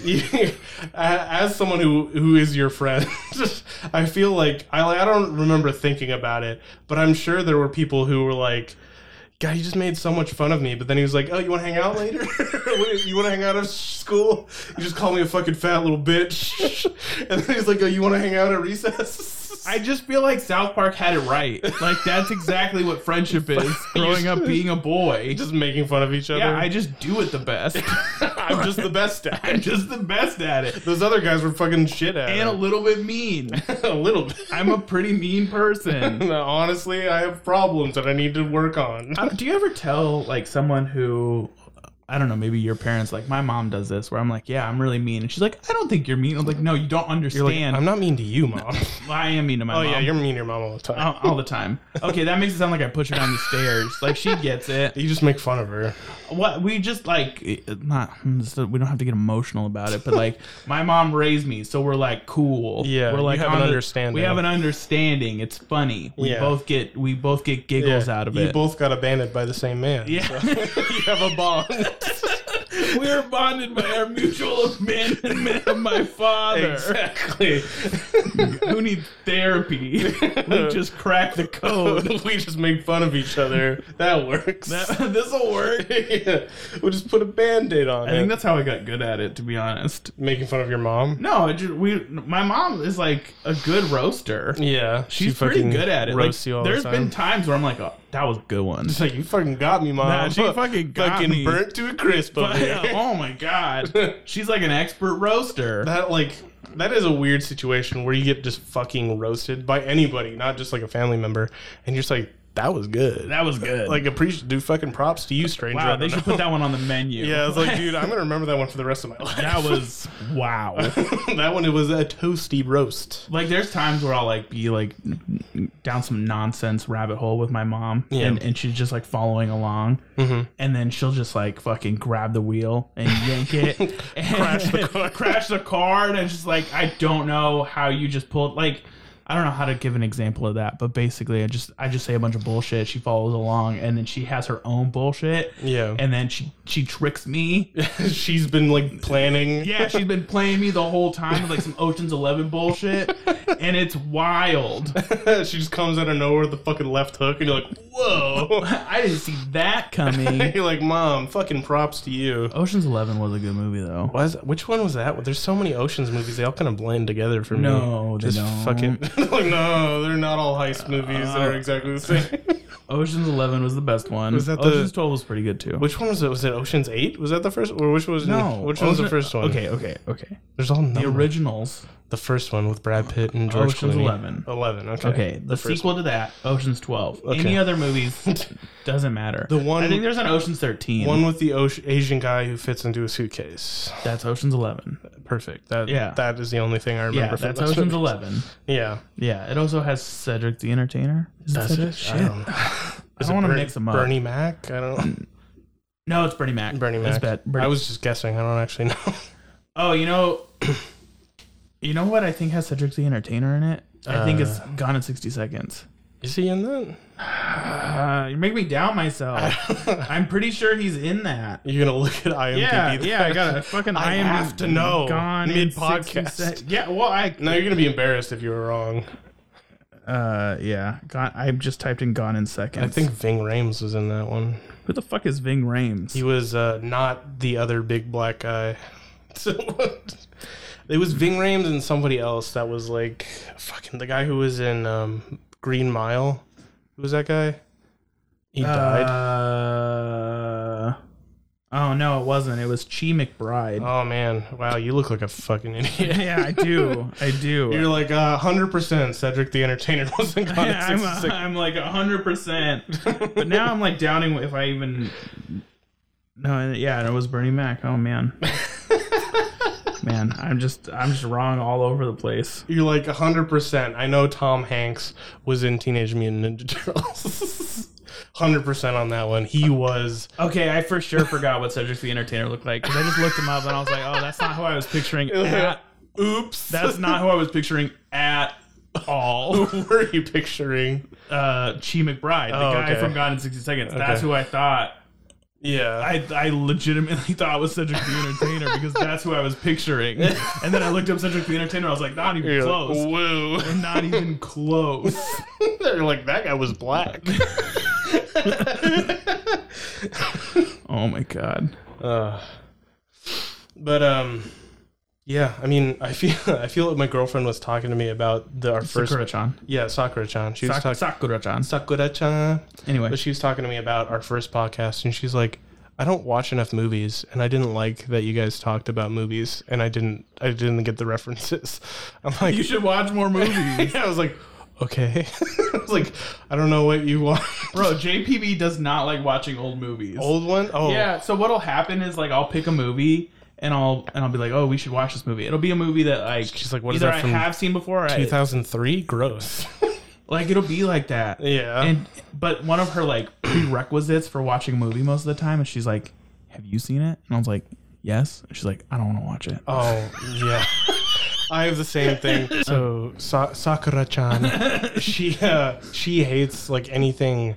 B: as someone who who is your friend, I feel like I I don't remember thinking about it, but I'm sure there were people who were like, "God, you just made so much fun of me." But then he was like, "Oh, you want to hang out later? Wait, you want to hang out at school? You just call me a fucking fat little bitch." and then he's like, "Oh, you want to hang out at recess?"
A: I just feel like South Park had it right. Like that's exactly what friendship is. Growing up being a boy.
B: just making fun of each other.
A: yeah, I just do it the best.
B: I'm just the best at
A: I'm
B: it.
A: just the best at it.
B: Those other guys were fucking shit at
A: And a
B: it.
A: little bit mean.
B: a little bit.
A: I'm a pretty mean person.
B: Honestly, I have problems that I need to work on.
A: Uh, do you ever tell like someone who I don't know, maybe your parents like my mom does this where I'm like, yeah, I'm really mean, and she's like, I don't think you're mean. I'm like, no, you don't understand.
B: I'm not mean to you,
A: Oh,
B: mom.
A: I am mean to my
B: Oh
A: mom.
B: yeah, you're mean to your mom all the time.
A: all, all the time. Okay, that makes it sound like I push her down the stairs. Like she gets it.
B: You just make fun of her.
A: What we just like it- Eh, not so we don't have to get emotional about it, but like my mom raised me, so we're like cool.
B: Yeah,
A: we're
B: you
A: like
B: have an
A: on the-
B: understanding.
A: We have an understanding. It's funny. We
B: Yeah.
A: both get we both get giggles out of
B: you
A: it.
B: both got abandoned by the same man.
A: Yeah.
B: you have a bond.
A: we are bonded by our mutual abandonment of my father.
B: exactly.
A: Who needs therapy? we just crack the code.
B: we just make fun of each other. That works.
A: this will work.
B: yeah. We'll just put a band-aid on
A: I
B: it.
A: think that's how I got good at it, to be honest.
B: Making fun of your mom.
A: No, I just, we. My mom is like a good roaster.
B: Yeah,
A: She's pretty good at it. Like,
B: Roasts
A: has
B: you all the time.
A: been times where I'm like, oh, that was a good one.
B: It's like you fucking got me, mom.
A: Nah, she fucking got
B: fucking
A: me.
B: burnt to a crisp over here.
A: oh my god, she's like an expert roaster.
B: That like that is a weird situation where you get just fucking roasted by anybody, not just like a family member, and you're just like, that was good.
A: That was good.
B: like appreciate do fucking props to you, stranger. I
A: wow,
B: don't
A: they
B: know.
A: should put that one on the menu.
B: Yeah, I was like, dude, I'm gonna remember that one for the rest of my life.
A: that was wow.
B: that one it was a toasty roast.
A: like there's times where I'll like be like down some nonsense rabbit hole with my mom
B: Yeah. Mm-hmm.
A: and, and she's just like following along and then she'll just like fucking grab the wheel and yank it and
B: Crash the car.
A: crash the car and it's just like I don't know how you just pulled like I don't know how to give an example of that but basically I just I just say a bunch of bullshit she follows along and then she has her own bullshit
B: Yeah.
A: and then she she tricks me
B: She's been like planning.
A: yeah, she's been playing me the whole time with like some Ocean's Eleven bullshit, and it's wild.
B: she just comes out of nowhere with the fucking left hook, and you're like, whoa.
A: I didn't see that coming.
B: you're like, mom, fucking props to you.
A: Ocean's Eleven was a good movie though.
B: Was, which one was that? There's so many oceans movies; they all kind of blend together for me.
A: No, they
B: just
A: don't.
B: fucking like no, they're not all heist movies that are exactly the same.
A: Ocean's Eleven was the best one.
B: Was that the-
A: Ocean's Twelve was pretty good too.
B: which one was it? Was it Ocean's Eight? Was that the first? Or which was
A: no,
B: Which one was the
A: Ocean-
B: first one?
A: Okay, okay, okay.
B: there's all
A: The
B: numbered.
A: originals.
B: The first one with Brad Pitt and George
A: Ocean's
B: Clooney.
A: Eleven.
B: Eleven. Okay.
A: Okay, the,
B: first
A: sequel to that, Ocean's Twelve. Any other movies doesn't matter.
B: The one-
A: I think there's an Ocean's Thirteen.
B: One with the Osh- Asian guy who fits into a suitcase.
A: that's Ocean's Eleven.
B: Perfect. That
A: Yeah.
B: That is the only thing I remember.
A: Yeah,
B: from
A: that's
B: those
A: Ocean's
B: movies.
A: Eleven.
B: Yeah.
A: Yeah, it also has Cedric the Entertainer. Is it Cedric?
B: I
A: Shit.
B: don't, know. Is
A: don't
B: it
A: wanna
B: Ber-
A: mix 'em up.
B: Bernie Mac. I don't.
A: No, it's Bernie Mac.
B: Bernie
A: It's
B: Mac.
A: bad. Bernie-
B: I was just guessing. I don't actually know.
A: Oh, you know, you know what I think has Cedric the Entertainer in it. I think
B: Uh.
A: it's Gone in sixty seconds.
B: Is he in that?
A: Uh, you make me doubt myself. I'm pretty sure he's in that.
B: You're gonna look at IMDb.
A: Yeah,
B: the
A: yeah. I got to
B: fact-
A: fucking.
B: I
A: am
B: have to know
A: Gone in 60
B: mid-podcast.
A: sec- yeah. Well, I.
B: No, you're gonna be embarrassed if you were wrong.
A: Uh, yeah. Gone. I just typed in Gone in seconds.
B: I think Ving Rhames was in that one.
A: Who the fuck is Ving Rhames?
B: He was uh, not the other big black guy. So it was Ving Rhames and somebody else that was like fucking the guy who was in um, Green Mile. Who was that guy? He died.
A: Uh, oh no, it wasn't. It was Chi McBride.
B: Oh man! Wow, you look like a fucking idiot.
A: yeah, I do. I do.
B: You're like uh, hundred percent Cedric the Entertainer wasn't gone.
A: Yeah,
B: at
A: I'm,
B: 66.
A: I'm like hundred percent. But now I'm like doubting if I even. No, and- yeah, and it was Bernie Mac. Oh man, man, I'm just I'm just wrong all over the place.
B: You're like 100%. I know Tom Hanks was in Teenage Mutant Ninja Turtles. 100% on that one.
A: Uh,
B: He was.
A: Okay, I for sure forgot what Cedric the Entertainer looked like because I just looked him up and I was like, oh, that's not who I was picturing. At.
B: Oops.
A: That's not who I was picturing at all.
B: Who were you picturing?
A: Uh, Chi McBride, the
B: Oh,
A: guy
B: okay.
A: from Gone in sixty seconds. That's
B: Okay.
A: who I thought.
B: Yeah.
A: I, I legitimately thought it was Cedric the Entertainer because that's who I was picturing. And then I looked up Cedric the Entertainer. I was like, not even
B: You're
A: close.
B: Like, Whoa.
A: not even close.
B: They're like, that guy was black.
A: Oh my god.
B: uh, but, um, Yeah, I mean, I feel I feel like my girlfriend was talking to me about the, our first
A: Sakura-chan.
B: yeah Sakura-chan. She was
A: Sak-
B: talking
A: Sakura-chan.
B: Sakura-chan,
A: Anyway,
B: but she was talking to me about our first podcast, and she's like, "I don't watch enough movies, and I didn't like that you guys talked about movies, and I didn't I didn't get the references." I'm like,
A: you should watch more movies.
B: yeah, I was like, okay, I was like, I don't know what you want,
A: Bro, JPB does not like watching old movies.
B: Old one? Oh,
A: Yeah, so what'll happen is like I'll pick a movie and I'll and I'll be like, "Oh, we should watch this movie." It'll be a movie that like
B: She's like, what is
A: either
B: that
A: I
B: from
A: have seen before or I-
B: 2003, gross.
A: like it'll be like that.
B: yeah,
A: And but one of her like prerequisites for watching a movie most of the time is she's like, "Have you seen it?" And I was like, "Yes." And she's like, "I don't want to watch it."
B: Oh yeah, I have the same thing. So Sa- Sakura-chan, she uh, she hates like anything,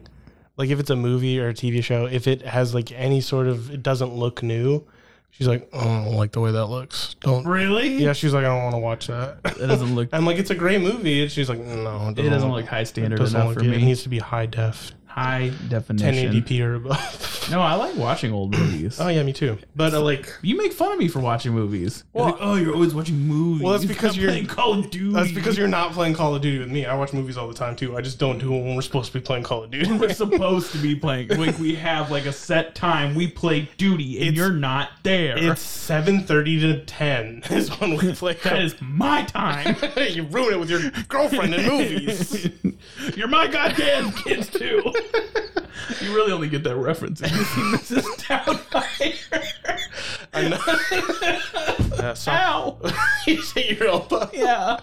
B: like if it's a movie or a TV show, if it has like any sort of it doesn't look new, she's like, oh, I don't like the way that looks. Don't.
A: Really?
B: Yeah, she's like, I don't want to watch that.
A: It doesn't look.
B: I'm like, it's a great movie, and she's like, no,
A: It doesn't look high standard
B: doesn't
A: enough
B: look
A: for
B: good. It
A: me.
B: needs to be high def,
A: High definition.
B: 1080p or above.
A: No, I like watching old movies.
B: oh yeah, me too. But uh, like.
A: You make fun of me for watching movies. You're
B: Well-
A: like, oh, you're always watching movies.
B: Well, that's because
A: Stop
B: you're-
A: playing Call of Duty.
B: That's because you're not playing Call of Duty with me. I watch movies all the time too. I just don't do it when we're supposed to be playing Call of Duty.
A: we're supposed to be playing. Like we have like a set time. We play Duty, and
B: It's-
A: you're not there.
B: It's seven thirty to ten is when we play.
A: that is my time.
B: you ruin it with your girlfriend and movies.
A: You're my goddamn kids too. you really only get that reference if you've seen Mrs. Doubtfire.
B: I know. Uh, Sa-
A: Ow!
B: you say your elbow.
A: Yeah.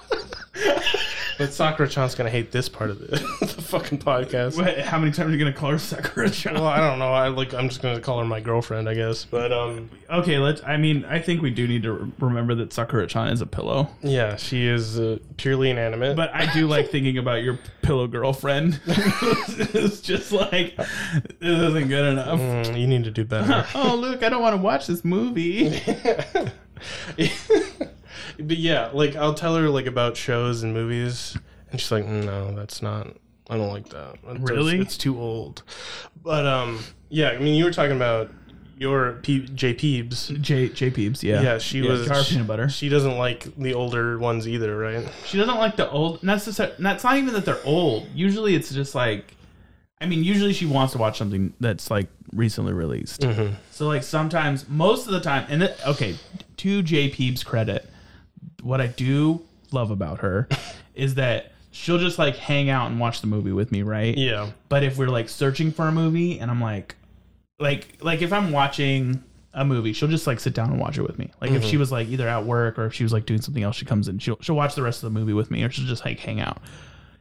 B: But Sakura Chan's gonna hate this part of the, the fucking podcast.
A: Wait, how many times are you gonna call her Sakura Chan?
B: Well, I don't know. I like. I'm just gonna call her my girlfriend, I guess. But um,
A: Okay, let's. I mean, I think we do need to re- remember that Sakura Chan is a pillow.
B: yeah, she is uh, purely inanimate.
A: But I do like thinking about your pillow girlfriend. it's just like this isn't good enough.
B: Mm, you need to do better.
A: Oh look, I don't want to watch this movie.
B: but yeah, like I'll tell her like about shows and movies, and she's like, "No, that's not. I don't like that. It does-
A: Really?
B: It's too old." But um, yeah. I mean, you were talking about your P- J Peebs.
A: J J Peeps, yeah,
B: Yeah, she was
A: Jar of peanut butter.
B: She doesn't like the older ones either, right?
A: She doesn't like the old. Necessar- not, it's not even that they're old. Usually, it's just like, I mean, usually she wants to watch something that's like recently released. So like sometimes, most of the time, and it, okay, to J Peeb's credit, what I do love about her is that she'll just like hang out and watch the movie with me, right?
B: Yeah.
A: But if we're like searching for a movie, and I'm like, like, like if I'm watching a movie, she'll just like sit down and watch it with me. Like if she was like either at work or if she was like doing something else, she comes in, she'll she'll watch the rest of the movie with me, or she'll just like hang out.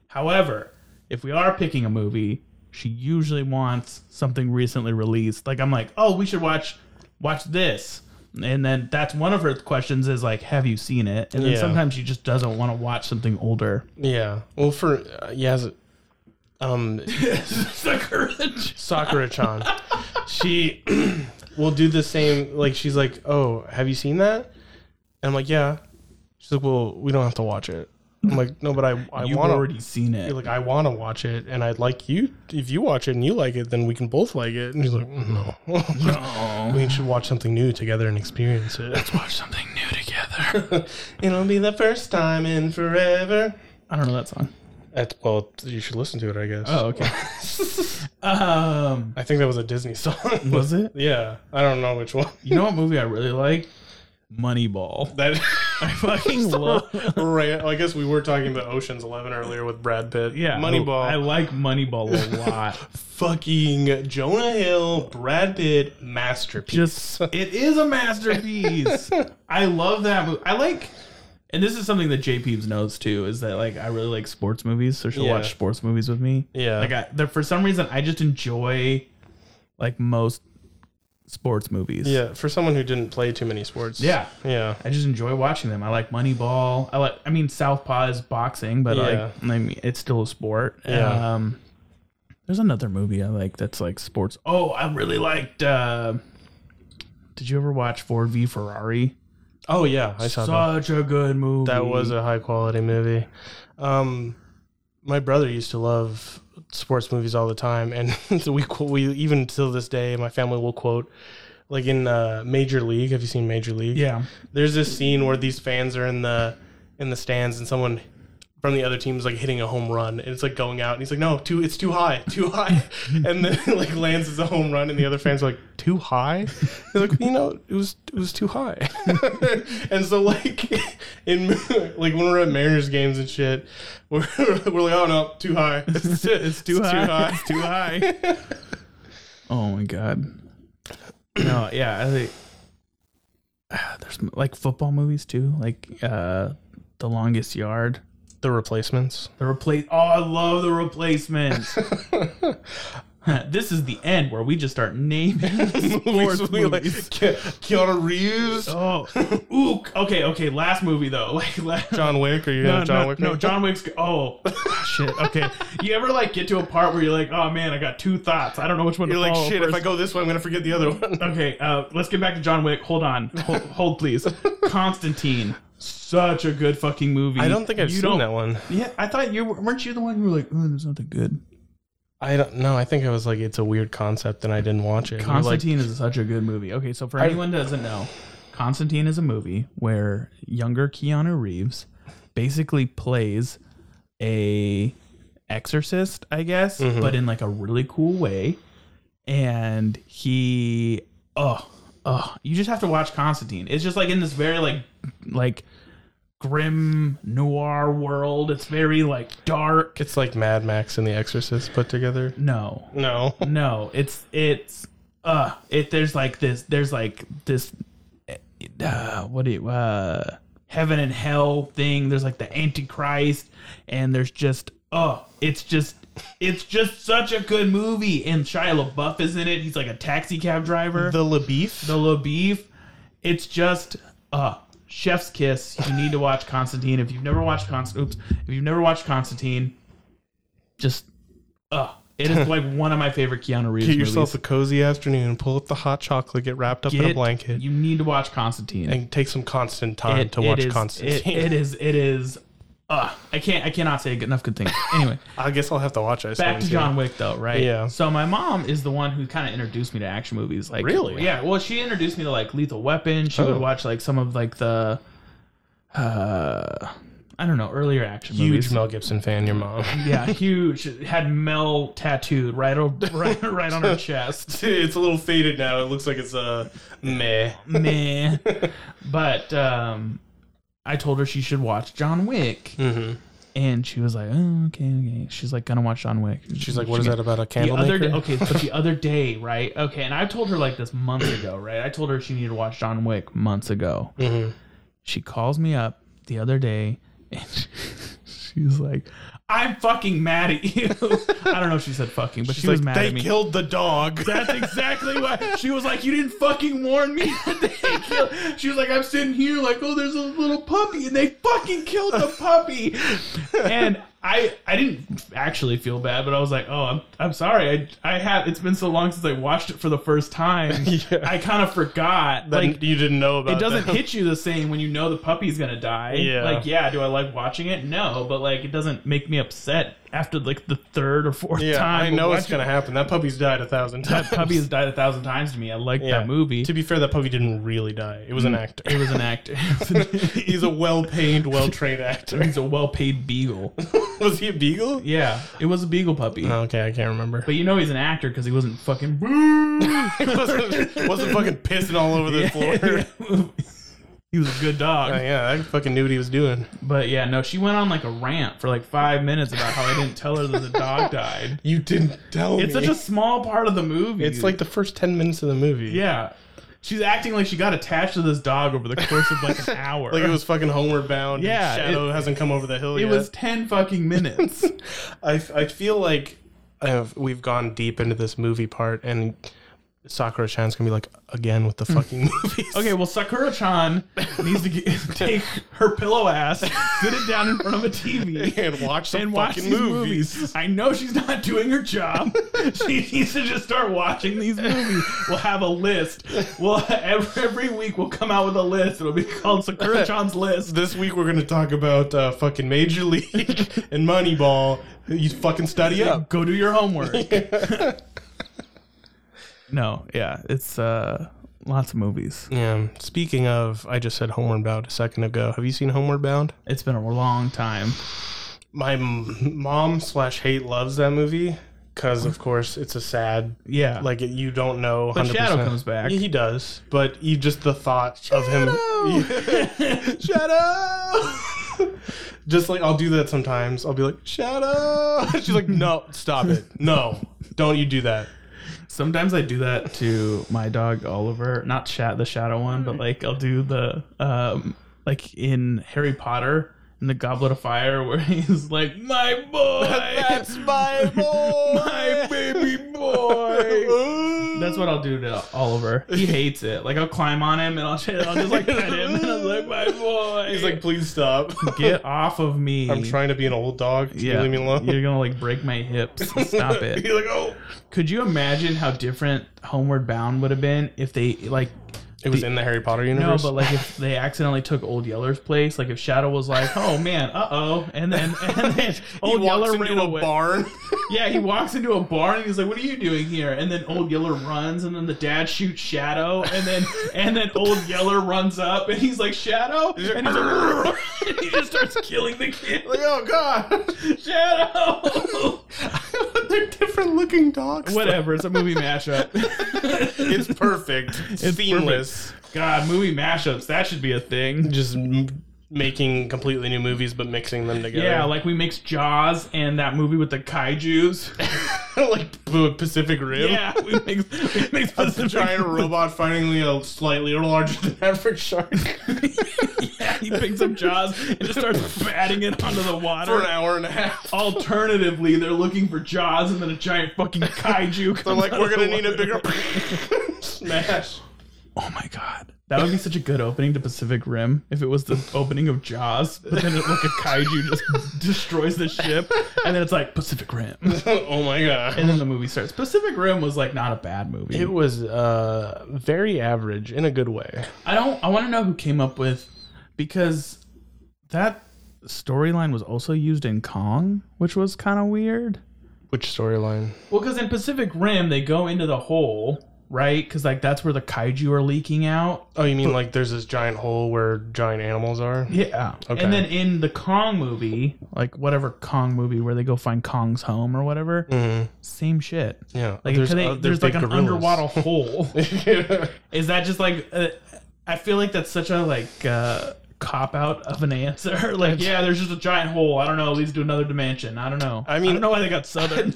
A: However, if we are picking a movie, she usually wants something recently released. Like I'm like, oh, we should watch watch this. And then that's one of her questions is like, have you seen it? And then
B: Yeah.
A: sometimes she just doesn't want to watch something older.
B: Yeah. Well, for uh, yes, um, Sakura Chan. she will do the same. Like she's like, "Oh, have you seen that?" And I'm like, "Yeah." She's like, "Well, we don't have to watch it." I'm like, "No, but I I
A: You've
B: want
A: already seen it.
B: to like I want to watch it, and I'd like you if you watch it and you like it, then we can both like it." And she's like, "No,
A: oh,
B: we should watch something new together and experience it."
A: watch something new together.
B: It'll be the first time in forever.
A: I don't know that song.
B: That's well, you should listen to it, I guess.
A: Oh, okay. um,
B: I think that was a Disney song.
A: was it?
B: yeah, I don't know which one.
A: You know what movie I really like? Moneyball.
B: That
A: I fucking love.
B: right. I guess we were talking about Ocean's Eleven earlier with Brad Pitt.
A: Yeah,
B: Moneyball.
A: I like Moneyball a lot.
B: fucking Jonah Hill, Brad Pitt masterpiece.
A: Just it is a masterpiece. I love that movie. I like, and this is something that J Peeves knows too. Is that like I really like sports movies, so she'll
B: Yeah.
A: watch sports movies with me.
B: yeah,
A: Like I, there, for some reason, I just enjoy like most sports movies.
B: yeah. For someone who didn't play too many sports.
A: Yeah.
B: yeah.
A: I just enjoy watching them. I like Moneyball. I like. I mean, Southpaw is boxing, but
B: Yeah.
A: like, I mean, it's still a sport.
B: Yeah.
A: Um, there's another movie I like that's like sports. Oh, I really liked. Uh, did you ever watch Ford v Ferrari?
B: Oh yeah, I saw that.
A: Such a good movie.
B: That was a high quality movie. Um, my brother used to love sports movies all the time, and so we qu- we even till this day, my family will quote like in uh, Major League. Have you seen Major League?
A: Yeah.
B: There's this scene where these fans are in the in the stands and someone from the other team is like hitting a home run and it's like going out and he's like, No, too it's too high, too high and then like lands as a home run and the other fans are like, Too high? They're like, you know, it was it was too high. and so like in like when we're at Mariners games and shit, we're, we're like, Oh no, too high. It's, it's too high.
A: It's too high. oh my god. No, yeah, I think there's like football movies too, like uh The Longest Yard.
B: The replacements.
A: The replace Oh, I love the replacements. this is the end where we just start naming sports
B: We, like,
A: movies.
B: Ke- Keanu Reeves.
A: Oh, ooh, okay, okay. Last movie though, like last,
B: John Wick, are you
A: no,
B: gonna John
A: no,
B: Wick?
A: no,
B: me?
A: John Wick's. Oh, shit. Okay, you ever like get to a part where you're like, oh man, I got two thoughts. I don't know which one
B: You're
A: to
B: like,
A: follow
B: shit, if
A: first."
B: I go this way, I'm going to forget the other one.
A: Okay, uh, let's get back to John Wick. Hold on, hold, hold please. Constantine, such a good fucking movie. you don't-
B: one.
A: Yeah, I thought you were, weren't you the one who were like, oh, there's nothing good.
B: I don't know. I think I was like, it's a weird concept, and I didn't watch it. And you're like,
A: Constantine is such a good movie. Okay, so for anyone that doesn't know, Constantine is a movie where younger Keanu Reeves basically plays a exorcist, I guess,
B: Mm-hmm.
A: but in like a really cool way. And he oh, oh, you just have to watch Constantine. It's just like in this very like like grim noir world. It's very like dark.
B: it's like Mad Max and The Exorcist put together.
A: No.
B: No.
A: No, it's it's uh it there's like this there's like this uh what do you uh heaven and hell thing. There's like the antichrist and there's just uh it's just it's just such a good movie and Shia LaBeouf is in it. He's like a taxi cab driver. The,
B: The LaBeef?
A: LaBeouf. It's just uh Chef's Kiss. You need to watch Constantine. If you've never watched Const oops, if you've never watched Constantine, just uh it is like one of my favorite Keanu Reeves
B: Get
A: movies.
B: yourself a cozy afternoon, pull up the hot chocolate, get wrapped up in a
A: Get-
B: blanket,
A: You need to watch Constantine.
B: and take some constant time to watch
A: is-
B: Constantine.
A: it- it is. It is. Uh, I can't. I cannot say enough good things. Anyway,
B: I guess I'll have to watch it.
A: back to John Wick though, right?
B: Yeah.
A: So my mom is the one who kind of introduced me to action movies. Like
B: Really?
A: Yeah. Well, she introduced me to like Lethal Weapon. She
B: Oh.
A: would watch like some of like the, uh, I don't know, earlier action
B: Huge
A: movies.
B: Mel Gibson fan, your mom.
A: yeah, huge. Had Mel tattooed right over, right, right on her chest.
B: it's a little faded now. It looks like it's a meh.
A: meh. But um, I told her she should watch John Wick,
B: Mm-hmm.
A: and she was like, "Oh, okay, okay." She's like, "Gonna watch John Wick."
B: She's like, what is
A: She-
B: that about a
A: The
B: candle
A: other
B: maker?
A: day, oh, okay, but the other day, right? Okay, and I told her like this months ago, right? I told her she needed to watch John Wick months ago.
B: Mhm.
A: She calls me up the other day, and she's like, "I'm fucking mad at you." I don't know if she said "fucking," but
B: She's
A: she was
B: like,
A: mad
B: they
A: at me.
B: killed the dog.
A: That's exactly why she was like, "You didn't fucking warn me." that they killed. She was like, "I'm sitting here like, oh, there's a little puppy, and they fucking killed the puppy." And I, I didn't actually feel bad, but I was like, "Oh, I'm, I'm sorry. I, I have. It's been so long since I watched it for the first time.
B: Yeah.
A: I kind of forgot.
B: That
A: like,
B: you didn't know about
A: it doesn't
B: that.
A: hit you the same when you know the puppy's gonna die.
B: Yeah.
A: Like, yeah, do I like watching it? No, but like, it doesn't make me upset after like the third or fourth
B: Yeah,
A: time.
B: I
A: of
B: know it's
A: watching
B: gonna happen. That puppy's died a thousand times.
A: that puppy has died a thousand times to me. I like
B: Yeah.
A: that movie. Mm.
B: To be fair, that puppy didn't really die. It was an actor.
A: It was an actor.
B: He's a well-paid, well-trained actor.
A: He's a well-paid beagle.
B: was he a beagle?
A: Yeah, it was a beagle puppy.
B: Oh, okay, I can't remember.
A: but you know he's an actor because he wasn't fucking
B: wasn't, wasn't fucking pissing all over the floor. Yeah,
A: he was a good dog.
B: yeah, I fucking knew what he was doing.
A: But yeah, no, she went on like a rant for like five minutes about how I didn't tell her that the dog died.
B: You didn't tell
A: It's
B: me.
A: such a small part of the movie.
B: it's like the first ten minutes of the movie.
A: yeah, she's acting like she got attached to this dog over the course of like an hour.
B: Like it was fucking homeward bound.
A: Yeah,
B: and Shadow hasn't come over the hill
A: It
B: yet.
A: was ten fucking minutes.
B: I, I feel like I have, we've gone deep into this movie part, and Sakura Chan's gonna be like, again with the
A: Mm.
B: fucking movies.
A: Okay, well, Sakura Chan needs to get, take her pillow ass, sit it down in front of a TV,
B: and watch some
A: and
B: fucking
A: watch these
B: movies.
A: movies. I know she's not doing her job. she needs to just start watching these movies. We'll have a list. Well, every, every week we'll come out with a list. It'll be called Sakura Chan's list.
B: This week we're gonna talk about uh, fucking Major League and Moneyball. You fucking study up.
A: Go do your homework. no, yeah, it's uh, Lots of movies.
B: Yeah. Speaking of, I just said Homeward Bound a second ago. Have you seen Homeward Bound?
A: It's been a long time.
B: My m- mom slash hate loves that movie because, of course, it's a sad.
A: Yeah.
B: Like it- you don't know.
A: But Shadow comes back.
B: Yeah, he does, but you just the thought of him. Shadow. just like I'll do that sometimes. I'll be like Shadow. She's like, no, stop it. No, don't you do that.
A: Sometimes I do that to my dog Oliver, not Shat the Shadow one,
B: Mm.
A: but like I'll do the um like in Harry Potter in the Goblet of Fire where he's like, My boy
B: That's my boy.
A: my baby boy That's what I'll do to Oliver. He hates it. Like I'll climb on him and I'll, I'll just like pet him and I'm like, My boy
B: He's like, please stop.
A: Get off of me.
B: I'm trying to be an old dog. Can
A: yeah,
B: you leave me alone?
A: you're gonna like break my hips. Stop it.
B: He's like, oh,
A: Could you imagine how different Homeward Bound would have been if they like
B: it was in the Harry Potter
A: no,
B: universe.
A: but like if they accidentally took Old Yeller's place, like if Shadow was like, "Oh man, uh oh," and then and then Old Yeller ran away.
B: barn.
A: Yeah, he walks into a bar and he's like, "What are you doing here?" And then Old Yeller runs, and then the dad shoots Shadow, and then and then Old Yeller runs up and he's like, "Shadow,"
B: like,
A: and he's like, and he just starts killing the kid.
B: like, oh god,
A: Shadow.
B: they're different looking dogs.
A: Whatever, it's a movie mashup.
B: It's perfect.
A: It's
B: it's seamless.
A: God, movie mashups, that should be a thing.
B: Just m- making completely new movies, but mixing them together.
A: Yeah, like we mix Jaws and that movie with the kaiju's.
B: like, P- Pacific Rim.
A: yeah, we mix, we mix
B: A
A: Pacific
B: giant robot finally a slightly larger than average shark
A: yeah, he picks up Jaws and just starts batting it onto the
B: for an
A: water.
B: hour and a half.
A: Alternatively, they're looking for Jaws and then a giant fucking kaiju.
B: They're
A: comes
B: like,
A: out
B: we're
A: of the
B: gonna need a
A: water."
B: bigger smash.
A: Oh my god, that would be such a good opening to Pacific Rim if it was the opening of Jaws, but then it, like a kaiju just destroys the ship, and then it's like Pacific Rim.
B: oh my god.
A: and then the movie starts. Pacific Rim was like not a bad movie.
B: It was uh, very average in a good way.
A: I don't. I want to know who came up with because that storyline was also used in Kong, which was kind of weird.
B: Which storyline?
A: Well, because in Pacific Rim they go into the hole, right? Because like that's where the kaiju are leaking out.
B: Oh, you mean like there's this giant hole where giant animals are?
A: Yeah.
B: Okay.
A: And then in the Kong movie, like whatever Kong movie where they go find Kong's home or whatever,
B: Mm,
A: same shit.
B: yeah.
A: Like
B: there's
A: there's,
B: oth-
A: there's like
B: big
A: an
B: gorillas.
A: underwater hole.
B: yeah.
A: Is that just like uh, I feel like that's such a like uh, cop out of an answer. like, yeah, there's just a giant hole. I don't know. It leads to another dimension. I don't know.
B: I mean-
A: I don't know why they got southern.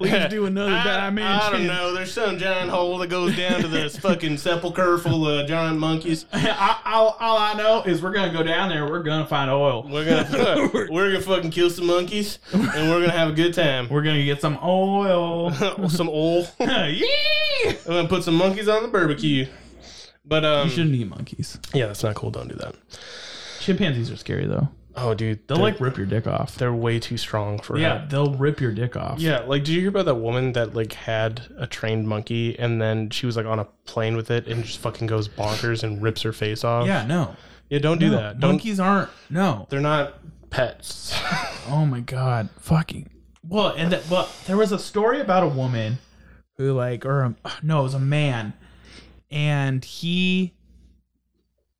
A: leads to another dimension.
B: I don't know. There's some giant hole that goes down to this fucking sepulcher full of giant monkeys.
A: I, all, all I know is we're gonna go down there. We're gonna find oil.
B: We're gonna we're gonna fucking kill some monkeys and we're gonna have a good time.
A: We're gonna get some oil.
B: some oil. I'm
A: Yee! You
B: gonna put some monkeys on the barbecue. But um,
A: shouldn't eat monkeys.
B: yeah, that's not cool. Don't do that.
A: Chimpanzees are scary though.
B: Oh, dude,
A: They'll like rip your dick off.
B: they're way too strong for yeah.
A: Yeah, they'll rip your dick off.
B: Yeah, like did you hear about that woman that like had a trained monkey and then she was like on a plane with it and just fucking goes bonkers and rips her face off?
A: Yeah. No.
B: Yeah, don't do
A: No,
B: that. Don't
A: Monkeys aren't. No.
B: they're not pets.
A: Oh my god, fucking. Well, and that well, there was a story about a woman who like or a, no, it was a man and he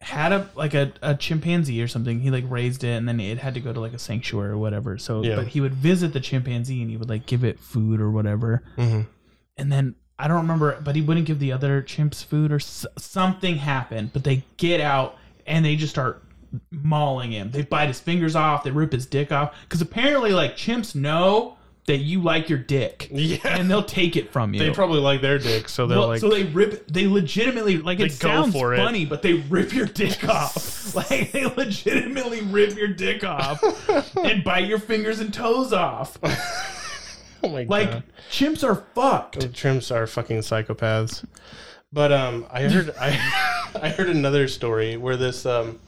A: had a like a, a chimpanzee or something. He like raised it and then it had to go to like a sanctuary or whatever. So
B: Yeah.
A: but he would visit the chimpanzee and he would like give it food or whatever.
B: mm-hmm.
A: And then I don't remember, but he wouldn't give the other chimps food or s- something happened, but they get out and they just start mauling him. They bite his fingers off, they rip his dick off cuz apparently like chimps know that you like your dick
B: Yeah.
A: and they'll take it from you.
B: They probably like their dick, so they're
A: Well,
B: like
A: so they rip they legitimately like it
B: go
A: sounds
B: for it.
A: funny but they rip your dick off like they legitimately rip your dick off and bite your fingers and toes off
B: Oh my
A: like
B: god.
A: chimps are fucked
B: The chimps are fucking psychopaths. But um I heard I I heard another story where this um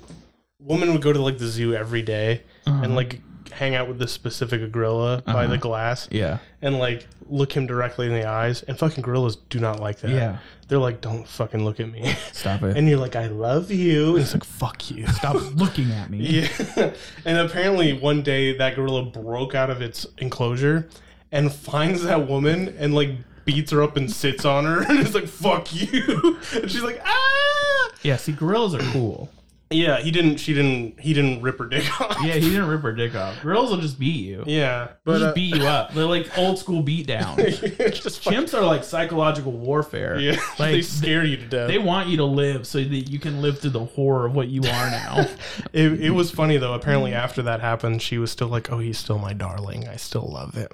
B: woman would go to like the zoo every day
A: Uh-huh.
B: and like hang out with this specific gorilla by the glass.
A: yeah
B: and like look him directly in the eyes. And fucking gorillas do not like that.
A: Yeah.
B: They're like, don't fucking look at me.
A: stop it
B: And you're like, I love you. And it's like, fuck you.
A: stop looking at me.
B: Yeah. And apparently one day that gorilla broke out of its enclosure and finds that woman and like beats her up and sits on her and is like, fuck you. And she's like, ah.
A: Yeah, see, gorillas are cool.
B: Yeah, he didn't, she didn't, he didn't rip her dick off.
A: Yeah, he didn't rip her dick off. Gorillas will just beat you.
B: Yeah.
A: They'll
B: But,
A: just
B: uh,
A: beat you up. They're like old school beat down.
B: just fuck-
A: Chimps are like psychological warfare.
B: yeah.
A: Like,
B: they scare you to death.
A: They want you to live so that you can live through the horror of what you are now.
B: It, it was funny though. Apparently, after that happened, she was still like, "Oh, he's still my darling. I still love him."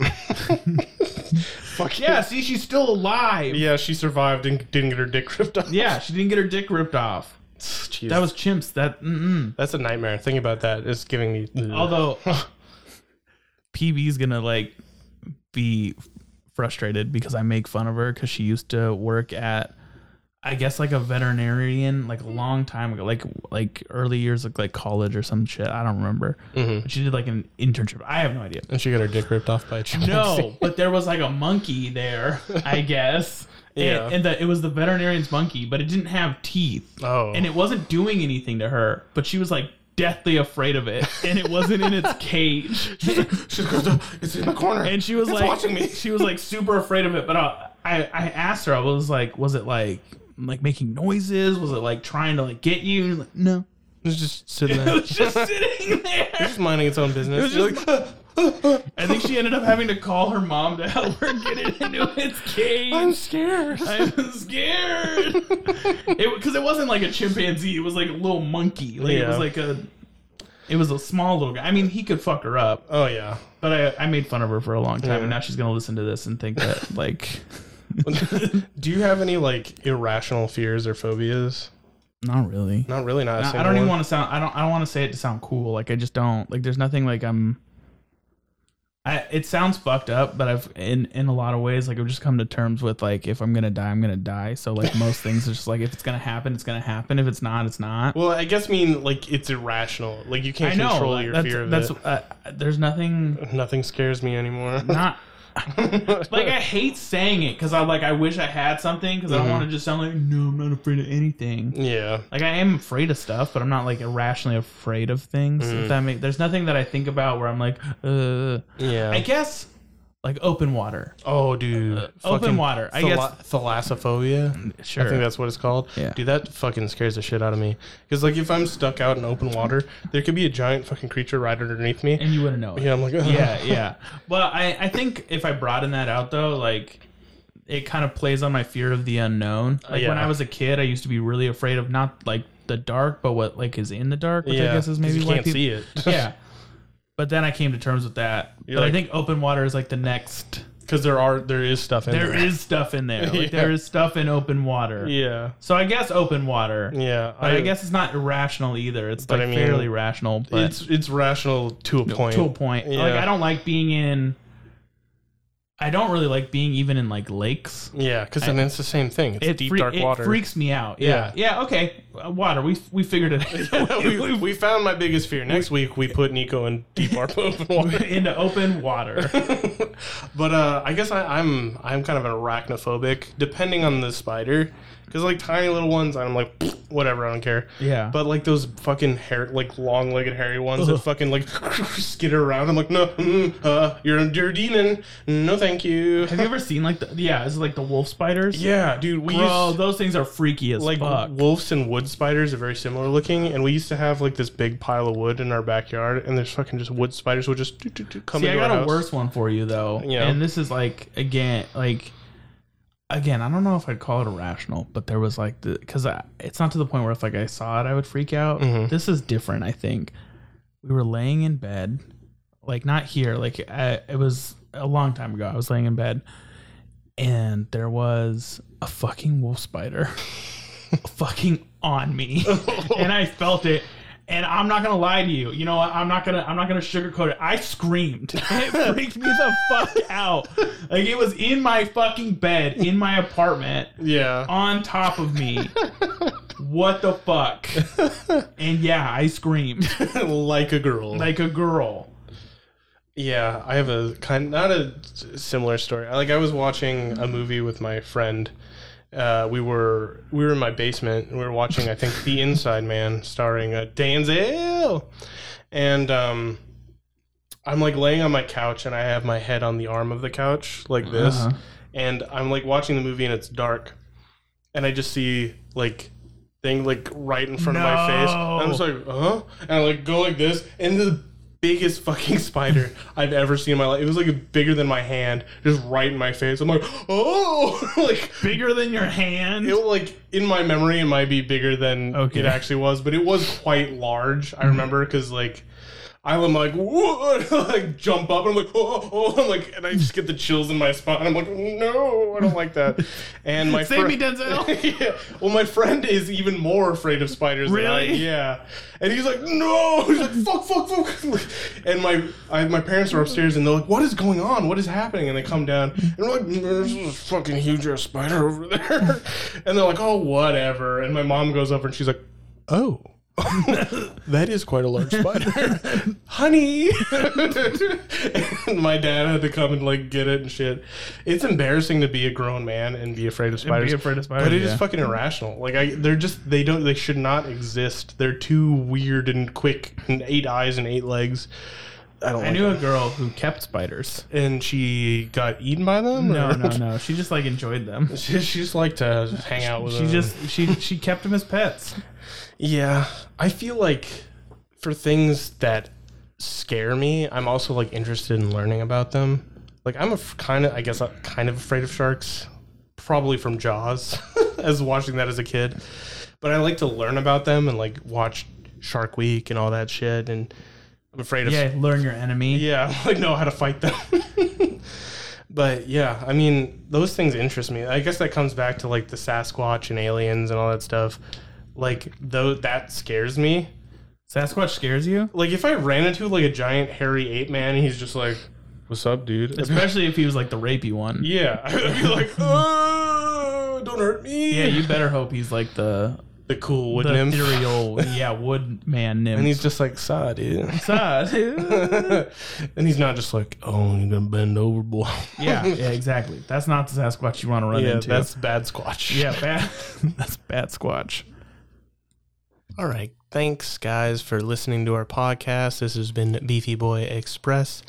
B: Fuck yeah.
A: yeah, see, she's still alive.
B: Yeah, she survived and didn't get her dick ripped off.
A: Yeah, she didn't get her dick ripped off.
B: Jeez.
A: That was chimps. That mm-mm.
B: that's a nightmare. Thinking about that is giving me.
A: although PB's gonna like be frustrated because I make fun of her because she used to work at I guess like a veterinarian like a long time ago like like early years like like college or some shit I don't remember
B: Mhm.
A: but she did like an internship I have no idea
B: and she got her dick ripped off by a chimpanzee.
A: No, but there was like a monkey there, I guess. And-
B: Yeah.
A: And, the, it was the veterinarian's monkey, but it didn't have teeth.
B: Oh.
A: And it wasn't doing anything to her, but she was like deathly afraid of it. And it wasn't in its cage.
B: She's goes, "Oh, it's in the corner.
A: And she was
B: It's
A: like,
B: watching me.
A: she was like super afraid of it. But I, I, I asked her, I was like, was it like, like making noises? Was it like trying to like get you? She's Like, no.
B: It's just sitting
A: It
B: there.
A: was just sitting there.
B: It's minding its own business.
A: It was
B: You're like,
A: I think she ended up having to call her mom to help her get it into its cage.
B: I'm scared.
A: I'm scared. It because it wasn't like a chimpanzee. It was like a little monkey. Like it
B: Yeah.
A: was like a. It was a small little guy. I mean, he could fuck her up,
B: oh yeah.
A: but I, I made fun of her for a long time,
B: Yeah.
A: and now she's gonna listen to this and think that like,
B: Do you have any like irrational fears or phobias?
A: not really.
B: Not really. Not. a
A: I, I
B: single
A: don't even
B: one.
A: want to sound. I don't. I don't want to say it to sound cool. Like I just don't. Like there's nothing like I'm. I, it sounds fucked up, but I've in in a lot of ways like I've just come to terms with like if I'm gonna die, I'm gonna die. So like most things are just like if it's gonna happen, it's gonna happen. If it's not, it's not.
B: Well, I guess mean like it's irrational. Like you can't
A: I know.
B: control
A: like,
B: your
A: that's,
B: fear of
A: that's
B: it.
A: uh, there's nothing
B: Nothing scares me anymore.
A: not like I hate saying it because I like I wish I had something because
B: Mm-hmm.
A: I don't want to just sound like no, I'm not afraid of anything.
B: yeah.
A: Like I am afraid of stuff, but I'm not like irrationally afraid of things.
B: Mm-hmm.
A: If that make there's nothing that I think about where I'm like, uh,
B: Yeah.
A: I guess like open water.
B: oh, dude.
A: open water. I guess
B: thalassophobia.
A: sure.
B: I think that's what it's called.
A: Yeah.
B: Dude, that fucking scares the shit out of me. Because like if I'm stuck out in open water, there could be a giant fucking creature right underneath me.
A: and you wouldn't know. it.
B: Yeah. I'm like.
A: yeah, yeah. Well, I, I think if I broaden that out though, like it kind of plays on my fear of the unknown. Like when
B: Uh, yeah.
A: I was a kid, I used to be really afraid of not like the dark, but what like is in the dark, which I guess is maybe
B: you
A: why
B: can't
A: people-
B: see it.
A: Yeah. But then I came to terms with that.
B: You're
A: but I
B: like-
A: think open water is like the next.
B: Because there are there is stuff in
A: There is stuff in there. Like
B: Yeah.
A: there is stuff in open water.
B: Yeah.
A: So I guess open water.
B: Yeah.
A: But I, guess it's not irrational either. It's
B: But
A: like
B: I mean,
A: fairly rational. But
B: it's it's rational to a point.
A: to a point. Like
B: Yeah.
A: I don't like being in. I don't really like being even in like lakes.
B: Yeah, because then it's the same thing. It's
A: It
B: deep
A: fre-
B: dark
A: it
B: water.
A: freaks me out. Yeah. Yeah. okay. Uh, water. We we figured it. out.
B: we, we found my biggest fear. Next week we put Nico in deep warp open water.
A: Into open water.
B: But uh, I guess I, I'm I'm kind of an arachnophobic, depending on the spider, because like tiny little ones, I'm like whatever, I don't care.
A: Yeah.
B: But like those fucking hair, like long-legged hairy ones that fucking like skitter around. I'm like, no, mm, uh, you're a you're a demon. No, thank you.
A: Have you ever seen like the yeah? Is it like the wolf spiders?
B: Yeah, dude, we
A: Bro,
B: used
A: those things are freaky as
B: like
A: fuck.
B: wolves and wood spiders are very similar looking, and we used to have like this big pile of wood in our backyard, and there's fucking just wood spiders would just do, do, do, come
A: See, I
B: into
A: got
B: our
A: a
B: house.
A: worse one for you though.
B: Yeah.
A: And this is like again, like again, I don't know if I'd call it irrational, but there was like the because it's not to the point where if like I saw it, I would freak out.
B: Mm-hmm.
A: This is different. I think we were laying in bed, like not here, like I, it was a long time ago. I was laying in bed, and there was a fucking wolf spider fucking on me and i felt it and i'm not gonna lie to you you know what? i'm not gonna i'm not gonna sugarcoat it i screamed it freaked me the fuck out like it was in my fucking bed in my apartment
B: Yeah.
A: on top of me what the fuck and yeah i screamed
B: like a girl.
A: like a girl
B: Yeah, I have a kind not a s- similar story. Like I was watching a movie with my friend. Uh, we were we were in my basement. And we were watching, I think, The Inside Man, starring uh, Danzel. And um, I'm like laying on my couch, and I have my head on the arm of the couch like this, and I'm like watching the movie and it's dark, and I just see like thing like right in front of my face. And I'm just like, huh? And I like go like this, and the biggest fucking spider I've ever seen in my life. It was like bigger than my hand, just right in my face. I'm like, oh, like
A: Bigger than your hand.
B: it like in my memory it might be bigger than
A: Okay. Hmm.
B: it actually was, but it was quite large. I remember because like. I'm like, whoa, and I, like jump up, and I'm like, oh, oh, I'm like, and I just get the chills in my spine. I'm like, no, I don't like that. And my
A: Save
B: fri-
A: me, Denzel.
B: yeah. Well, my friend is even more afraid of spiders. than I-
A: Really?
B: yeah. And he's like, no. He's like, fuck, fuck, fuck. And my I, my parents are upstairs, and they're like, what is going on? What is happening? And they come down, and we're like, there's a fucking huge ass spider over there. And they're like, oh, whatever. And my mom goes over, and she's like, oh. that is quite a large spider, honey. and my dad had to come and like get it and shit. It's embarrassing to be a grown man and be afraid of spiders.
A: afraid of spiders.
B: But it is
A: Oh, yeah.
B: fucking irrational. Like I, they're just they don't they should not exist. They're too weird and quick and eight eyes and eight legs. I don't.
A: I
B: like
A: knew
B: it.
A: a girl who kept spiders.
B: And she got eaten by them.
A: No,
B: or-
A: no, no. She just uh, like enjoyed them.
B: She, she just liked to hang out with.
A: She
B: them.
A: just she she kept them as pets.
B: Yeah, I feel like for things that scare me, I'm also like interested in learning about them. Like I'm a f- kind of, I guess, I'm kind of afraid of sharks, probably from Jaws, as watching that as a kid. But I like to learn about them and like watch Shark Week and all that shit. And I'm afraid of,
A: Yeah, learn your enemy.
B: yeah, like know how to fight them. but yeah, I mean, those things interest me. I guess that comes back to like the Sasquatch and aliens and all that stuff. Like though that scares me.
A: Sasquatch scares you,
B: Like if I ran into like a giant hairy ape man, and he's just like, "What's up, dude?"
A: especially if he was like the rapey one.
B: Yeah, I'd be like, "Oh, don't hurt me."
A: Yeah, you better hope he's like the
B: the cool wood
A: the
B: nymph,
A: ethereal, yeah, wood man nymph.
B: and he's just like, "Saw, dude."
A: yeah,
B: and he's not just like, "Oh, you're gonna bend over, boy."
A: yeah, exactly. That's not the Sasquatch you want to run
B: yeah,
A: into.
B: that's bad squatch.
A: yeah, bad. that's bad Squatch.
B: All right. Thanks, guys, for listening to our podcast. This has been Beefy Boy Express.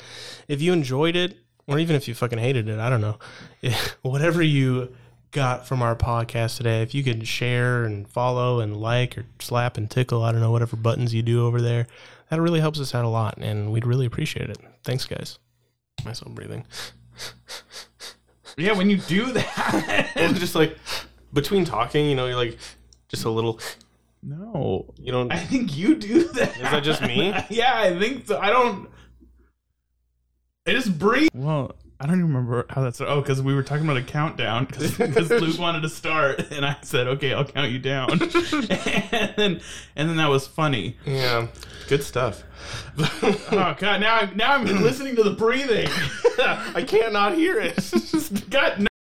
B: If you enjoyed it, or even if you fucking hated it, I don't know. Whatever you got from our podcast today, if you could share and follow and like or slap and tickle, I don't know, whatever buttons you do over there, that really helps us out a lot, and we'd really appreciate it. Thanks, guys. Nice little breathing.
A: Yeah, when you do that,
B: And just like between talking, you know, you're like just a little,
A: no,
B: you don't.
A: I
B: Is
A: think you do that.
B: that just me?
A: yeah, I think so. I don't. I just breathe. Well, I don't even remember how that's. Oh, because we were talking about a countdown because Luke wanted to start, and I said, "Okay, I'll count you down," and then and then that was funny.
B: Yeah. Good stuff.
A: Oh God, now I'm now I'm listening to the breathing.
B: I can't not hear it.
A: God,